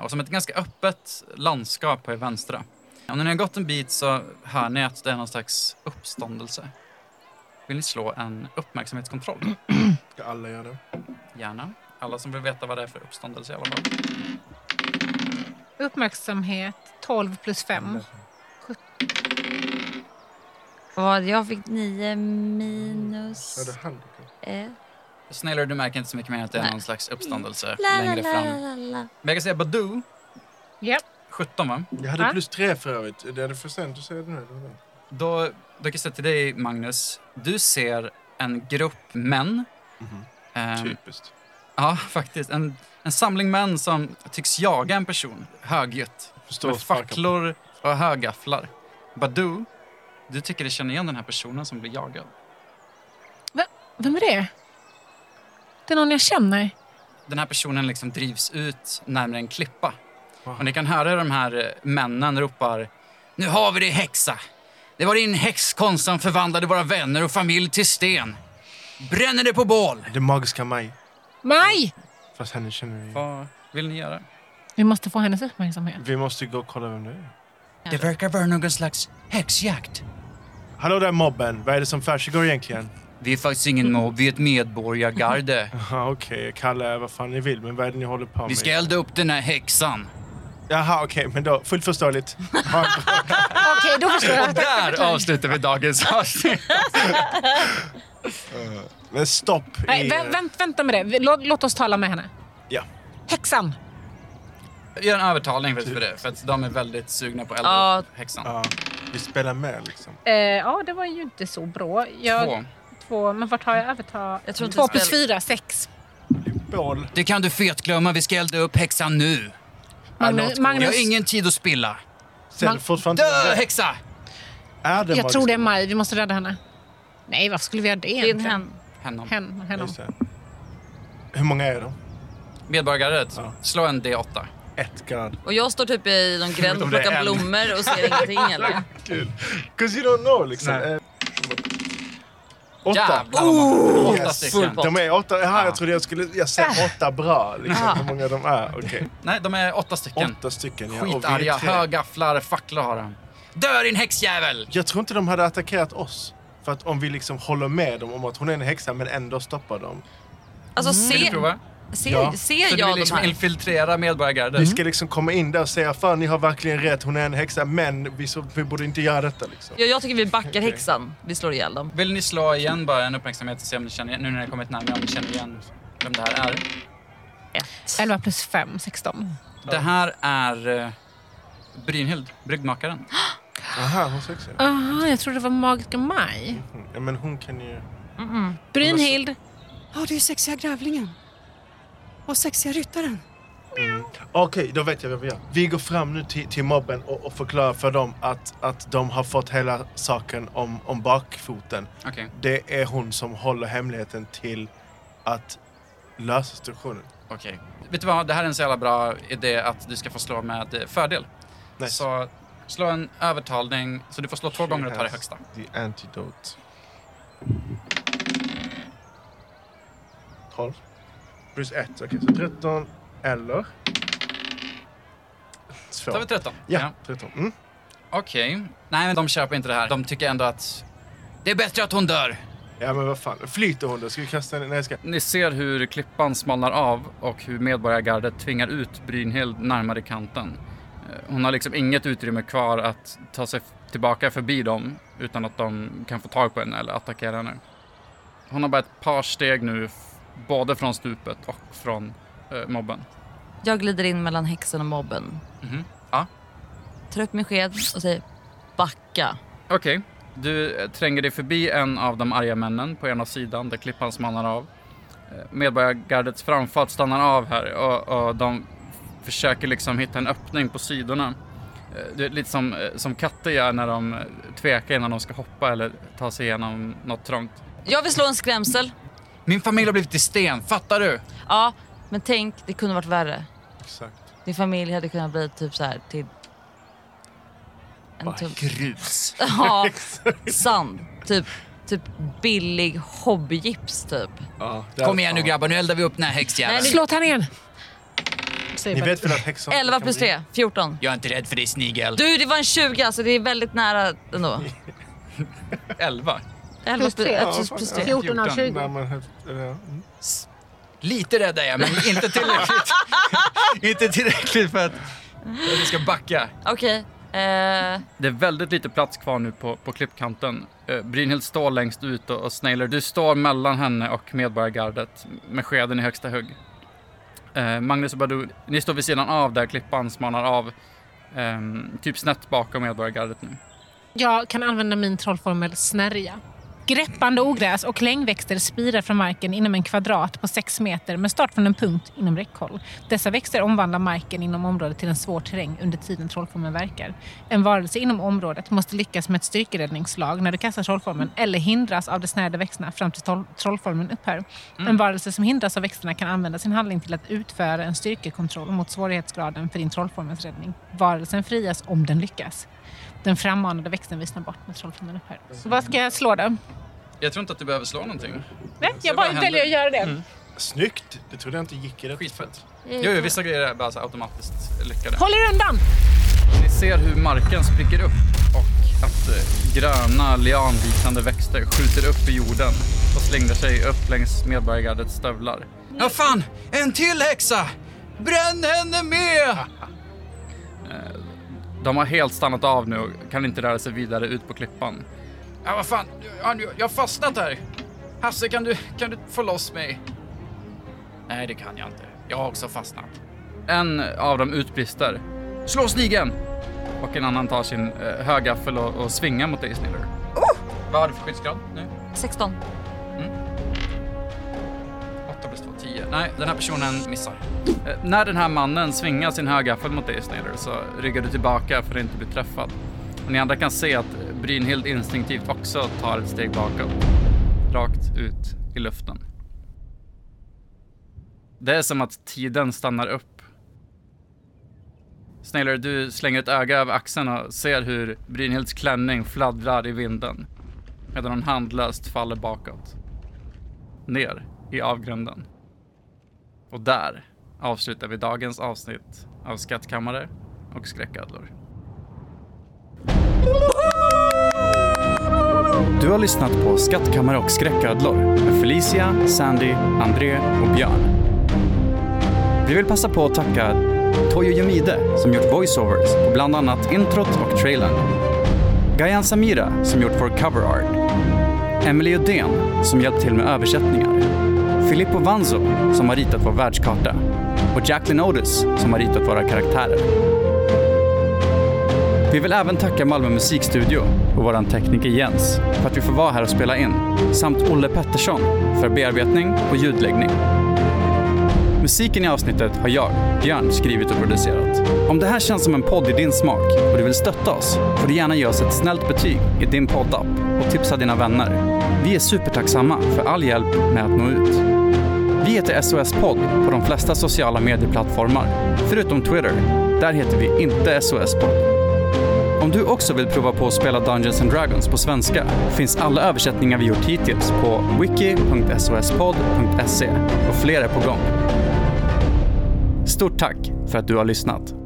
[SPEAKER 2] Och som ett ganska öppet landskap på er vänstra. Och när ni har gått en bit så hör ni att det är någon slags uppståndelse. Vill ni slå en uppmärksamhetskontroll?
[SPEAKER 4] Ska alla göra det?
[SPEAKER 2] Gärna. Alla som vill veta vad det är för uppståndelse i alla fall.
[SPEAKER 9] Uppmärksamhet 12 plus 5.
[SPEAKER 5] Vad, jag fick nio minus
[SPEAKER 4] Är det handikapp?
[SPEAKER 5] ett.
[SPEAKER 2] Snällare, du märker inte så mycket mer än att det är någon slags uppståndelse
[SPEAKER 5] La, la,
[SPEAKER 2] längre
[SPEAKER 5] la,
[SPEAKER 2] fram.
[SPEAKER 5] la, la.
[SPEAKER 2] Men jag kan säga Badoo,
[SPEAKER 9] Ja.
[SPEAKER 2] 17 va?
[SPEAKER 4] Jag hade
[SPEAKER 9] Va?
[SPEAKER 4] plus tre för övrigt. Det är det för sent att säga det nu.
[SPEAKER 2] Då, då kan jag säga till dig Magnus, du ser en grupp män. Ehm,
[SPEAKER 4] Typiskt.
[SPEAKER 2] Ja, faktiskt. En, en samling män som tycks jaga en person högljutt.
[SPEAKER 4] Förstår
[SPEAKER 2] Med facklor och högafflar. Badoo, du tycker du känner igen den här personen som blir jagad.
[SPEAKER 9] Vem är det? Det är någon jag känner.
[SPEAKER 2] Den här personen liksom drivs ut närmare en klippa. Och ni kan höra de här eh, männen ropar Nu har vi dig häxa! Det var din häxkonst som förvandlade våra vänner och familj till sten. Bränner det på bål!
[SPEAKER 4] Det magiska Maj.
[SPEAKER 9] Maj!
[SPEAKER 4] Fast henne känner vi ju.
[SPEAKER 2] Vad vill ni göra?
[SPEAKER 9] Vi måste få hennes uppmärksamhet.
[SPEAKER 4] Vi måste gå och kolla vem det är.
[SPEAKER 2] Det verkar vara någon slags häxjakt.
[SPEAKER 4] Hallå där mobben. Vad är det som försiggår egentligen?
[SPEAKER 2] Vi är faktiskt ingen mobb, vi är ett medborgargarde.
[SPEAKER 4] Jaha, okej. Kalla er vad fan ni vill, men vad är det ni håller på med?
[SPEAKER 2] Vi ska elda upp den här häxan.
[SPEAKER 4] Jaha, okej, men då. Fullt förståeligt. Ha en bra-
[SPEAKER 9] Okej, då förstår
[SPEAKER 4] Ah,
[SPEAKER 9] jag.
[SPEAKER 2] Där avslutar vi dagens avsnitt.
[SPEAKER 4] men stopp i...
[SPEAKER 9] Nej, vä- vänt, vänta med det. Vi- Låt, låt oss tala med henne.
[SPEAKER 4] Ja.
[SPEAKER 9] Häxan!
[SPEAKER 2] Gör en övertalning för, för det, för att de är väldigt sugna på att elda
[SPEAKER 5] Ja.
[SPEAKER 2] upp häxan.
[SPEAKER 4] Ja, vi spelar med liksom.
[SPEAKER 9] Eh, ja, det var ju inte så bra. Jag,
[SPEAKER 2] Två.
[SPEAKER 9] två. Men vart har jag överta?
[SPEAKER 5] Jag tror inte
[SPEAKER 9] två
[SPEAKER 5] det
[SPEAKER 9] plus
[SPEAKER 5] spelar-
[SPEAKER 9] fyra, sex.
[SPEAKER 4] Bål.
[SPEAKER 2] Det kan du fetglömma, vi ska elda upp häxan nu.
[SPEAKER 9] Magnus,
[SPEAKER 2] Vi har
[SPEAKER 9] Magnus
[SPEAKER 2] ingen tid att spilla.
[SPEAKER 4] Ser
[SPEAKER 9] Man-
[SPEAKER 4] du fortfarande
[SPEAKER 2] Dö
[SPEAKER 4] inte vem
[SPEAKER 2] häxa!
[SPEAKER 4] det är? den
[SPEAKER 9] jag tror det är
[SPEAKER 4] magiska
[SPEAKER 9] Maj. Vi måste rädda henne. Nej, varför skulle vi göra det
[SPEAKER 5] Det är en
[SPEAKER 9] egentligen?
[SPEAKER 5] hen.
[SPEAKER 2] Hennom.
[SPEAKER 9] Hen, hen,
[SPEAKER 4] Just det. Hur många är de?
[SPEAKER 2] Medborgargardet,
[SPEAKER 4] Ja.
[SPEAKER 2] slå en D8.
[SPEAKER 4] Ett gard.
[SPEAKER 5] Och jag står typ i någon gränd och
[SPEAKER 4] det är
[SPEAKER 5] plockar
[SPEAKER 4] en.
[SPEAKER 5] blommor och ser ingenting eller?
[SPEAKER 4] Kul. Cause you don't know liksom.
[SPEAKER 2] Nej.
[SPEAKER 4] Eh, Åtta.
[SPEAKER 2] Jävlar vad många. Åtta
[SPEAKER 4] Yes.
[SPEAKER 2] stycken. Äh.
[SPEAKER 4] De är åtta. Jaha,
[SPEAKER 2] Ja.
[SPEAKER 4] jag trodde jag skulle... Jag ser åtta bra. Liksom,
[SPEAKER 5] Ah.
[SPEAKER 4] hur många de är. Okej.
[SPEAKER 2] Nej, de är åtta stycken.
[SPEAKER 4] Åtta stycken. Ja. Och vi är
[SPEAKER 2] Skitarga,
[SPEAKER 4] tre.
[SPEAKER 2] högafflar, facklor har de. Dö din häxjävel!
[SPEAKER 4] Jag tror inte de hade attackerat oss. För att om vi liksom håller med dem om att hon är en häxa men ändå stoppar dem.
[SPEAKER 5] Alltså
[SPEAKER 2] Vill du
[SPEAKER 5] se,
[SPEAKER 2] prova?
[SPEAKER 5] se,
[SPEAKER 4] Ja.
[SPEAKER 2] Så
[SPEAKER 5] ser
[SPEAKER 2] du vill
[SPEAKER 5] jag de
[SPEAKER 2] liksom
[SPEAKER 5] här?
[SPEAKER 2] infiltrera medborgargardet?
[SPEAKER 4] Vi ska liksom komma in där och säga fan ni har verkligen rätt, hon är en häxa men vi, så, vi borde inte göra detta liksom.
[SPEAKER 5] Ja, jag tycker vi backar häxan. Vi slår ihjäl dem.
[SPEAKER 2] Vill ni slå igen bara en uppmärksamhet och se om ni känner igen, nu när ni har kommit närmare, om ni känner igen vem det här är?
[SPEAKER 9] Elva plus fem, sexton.
[SPEAKER 2] Det här är eh, Brynhild, bryggmakaren.
[SPEAKER 4] Aha, hon söker sig.
[SPEAKER 9] Aha, jag trodde det var magiska Maj.
[SPEAKER 4] Mm, Ja, men hon kan ju...
[SPEAKER 9] Brynhild.
[SPEAKER 7] Har du sexiga grävlingen? Och sexiga ryttaren?
[SPEAKER 4] Okej, då vet jag vad vi gör. Vi går fram nu till, till mobben och, och förklarar för dem att, att de har fått hela saken om, om bakfoten.
[SPEAKER 2] Okej,
[SPEAKER 4] Det är hon som håller hemligheten till att lösa situationen.
[SPEAKER 2] okej. Vet du vad, det här är en så jävla bra idé att du ska få slå med eh, fördel.
[SPEAKER 4] Nice.
[SPEAKER 2] Så slå en övertalning, så du får slå två gånger och ta det högsta.
[SPEAKER 4] The antidote. 12. Plus 1, okej så 13 eller... 2.
[SPEAKER 2] Då tar vi 13.
[SPEAKER 4] Ja, 13. Mm.
[SPEAKER 2] Okej. Nej, men de köper inte det här. De tycker ändå att det är bättre att hon dör.
[SPEAKER 4] Ja men vad fan, flyter hon då? Ska vi kasta henne? Nej jag ska...
[SPEAKER 2] Ni ser hur klippan smalnar av och hur medborgargardet tvingar ut Brynhild närmare kanten. Eh, Hon har liksom inget utrymme kvar att ta sig f- tillbaka förbi dem utan att de kan få tag på henne eller attackera henne. Hon har bara ett par steg nu, f- både från stupet och från eh, mobben.
[SPEAKER 5] Jag glider in mellan häxan och mobben.
[SPEAKER 2] Mhm. Ja.
[SPEAKER 5] Tar upp min sked och säger backa.
[SPEAKER 2] Okej, du eh, tränger dig förbi en av de arga männen på ena sidan där klippan smalnar av. Eh, Medborgargardets framfart stannar av här och, och de f- försöker liksom hitta en öppning på sidorna. Eh, Det är lite som, eh, som katter gör när de eh, tvekar innan de ska hoppa eller ta sig igenom något trångt.
[SPEAKER 5] Jag vill slå en skrämsel.
[SPEAKER 2] Min familj har blivit till sten, fattar du?
[SPEAKER 5] Ja, men tänk, det kunde varit värre.
[SPEAKER 4] Exakt.
[SPEAKER 5] Din familj hade kunnat bli typ så här till... En typ,
[SPEAKER 2] Grus.
[SPEAKER 5] ja, sand. Typ, typ billig hobbygips typ.
[SPEAKER 4] Ja,
[SPEAKER 2] Kom igen nu grabbar, nu eldar vi upp den här häxjäveln.
[SPEAKER 3] Slå tärningen!
[SPEAKER 9] Säger
[SPEAKER 4] Ni
[SPEAKER 9] bara-
[SPEAKER 4] vet väl att häxan...
[SPEAKER 5] 11 plus 3, 14.
[SPEAKER 2] Jag är inte rädd för dig snigel.
[SPEAKER 5] Du, det var en 20 så det är väldigt nära ändå.
[SPEAKER 2] 11.
[SPEAKER 5] 11
[SPEAKER 9] Plus
[SPEAKER 5] plus 3.
[SPEAKER 9] tre.
[SPEAKER 5] Ja, plus 3.
[SPEAKER 9] 14 av 20.
[SPEAKER 4] Nej, men, eh, mm.
[SPEAKER 2] Lite rädd är jag, men inte tillräckligt. inte tillräckligt för att vi ska backa.
[SPEAKER 5] Okej. Eh,
[SPEAKER 2] Det är väldigt lite plats kvar nu på, på klippkanten. Eh, Brynhild står längst ut och, och Snailer, du står mellan henne och medborgargardet med skeden i högsta hugg. Eh, Magnus och Badou, ni står vid sidan av där klippan smalnar av. ehm, typ snett bakom medborgargardet nu.
[SPEAKER 9] Jag kan använda min trollformel snärja. Greppande ogräs och klängväxter spirar från marken inom en kvadrat på 6 meter med start från en punkt inom räckhåll. Dessa växter omvandlar marken inom området till en svår terräng under tiden trollformeln verkar. En varelse inom området måste lyckas med ett styrkeräddningsslag när du kastar trollformeln eller hindras av de snärjda växterna fram till troll- trollformeln upphör. En varelse som hindras av växterna kan använda sin handling till att utföra en styrkekontroll mot svårighetsgraden för din trollformens räddning. Varelsen frias om den lyckas. Den frammanade växten vissnar bort med trollformeln upphör.
[SPEAKER 2] Mm.
[SPEAKER 9] Vad ska jag slå då?
[SPEAKER 2] Jag tror inte att du behöver slå någonting.
[SPEAKER 9] Nej, jag
[SPEAKER 2] vad
[SPEAKER 9] bara
[SPEAKER 2] händer. Mm.
[SPEAKER 9] väljer att göra det.
[SPEAKER 4] Snyggt! Det trodde jag inte gick i det.
[SPEAKER 2] Skitfett. Jo, jo, vissa grejer är bara så här automatiskt lyckade.
[SPEAKER 9] Håll er undan!
[SPEAKER 2] Ni ser hur marken spricker upp och att eh, gröna lianliknande växter skjuter upp i jorden och slänger sig upp längs medborgargardets stövlar. Ja fan, en till häxa! Bränn henne med! Eh, De har helt stannat av nu och kan inte röra sig vidare ut på klippan. Ja vad fan, jag- jag- jag har fastnat här. Hasse kan du, kan du få loss mig? Nej det kan jag inte, jag har också fastnat. En av dem utbrister. Slå snigeln! Och en annan tar sin eh, högaffel och, och svingar mot dig, Sniller. Vad har du för skyddsgrad nu?
[SPEAKER 5] 16.
[SPEAKER 2] 8 plus 2, 10. Nej, den här personen missar. Eh, när den här mannen svingar sin högaffel mot dig, Sniller, så ryggar du tillbaka för att inte bli träffad. Och ni andra kan se att Brynhild instinktivt också tar ett steg bakåt. Rakt ut i luften. Det är som att tiden stannar upp. Snailer, du slänger ett öga över axeln och ser hur Brynhilds klänning fladdrar i vinden. Medan hon handlöst faller bakåt. Ner i avgrunden. Och där avslutar vi dagens avsnitt av Skattkammare och skräcködlor. Du har lyssnat på Skattkammare och skräcködlor med Felicia, Sandy, André och Björn. Vi vill passa på att tacka Toyo Yumide som gjort voiceovers på bland annat introt och trailern. Gayan Samira som gjort vår cover art. Emily Odén som hjälpt till med översättningar. Filippo Vanzo som har ritat vår världskarta. Och Jacqueline Otis som har ritat våra karaktärer. Vi vill även tacka Malmö musikstudio och vår tekniker Jens för att vi får vara här och spela in. Samt Olle Pettersson för bearbetning och ljudläggning. Musiken i avsnittet har jag, Björn, skrivit och producerat. Om det här känns som en podd i din smak och du vill stötta oss får du gärna ge oss ett snällt betyg i din poddapp och tipsa dina vänner. Vi är supertacksamma för all hjälp med att nå ut. Vi heter SOS Podd på de flesta sociala medieplattformar, förutom Twitter. Där heter vi inte SOS Podd. Om du också vill prova på att spela Dungeons and Dragons på svenska finns alla översättningar vi gjort hittills på E wiki.sospod.se och fler är på gång. Stort tack för att du har lyssnat.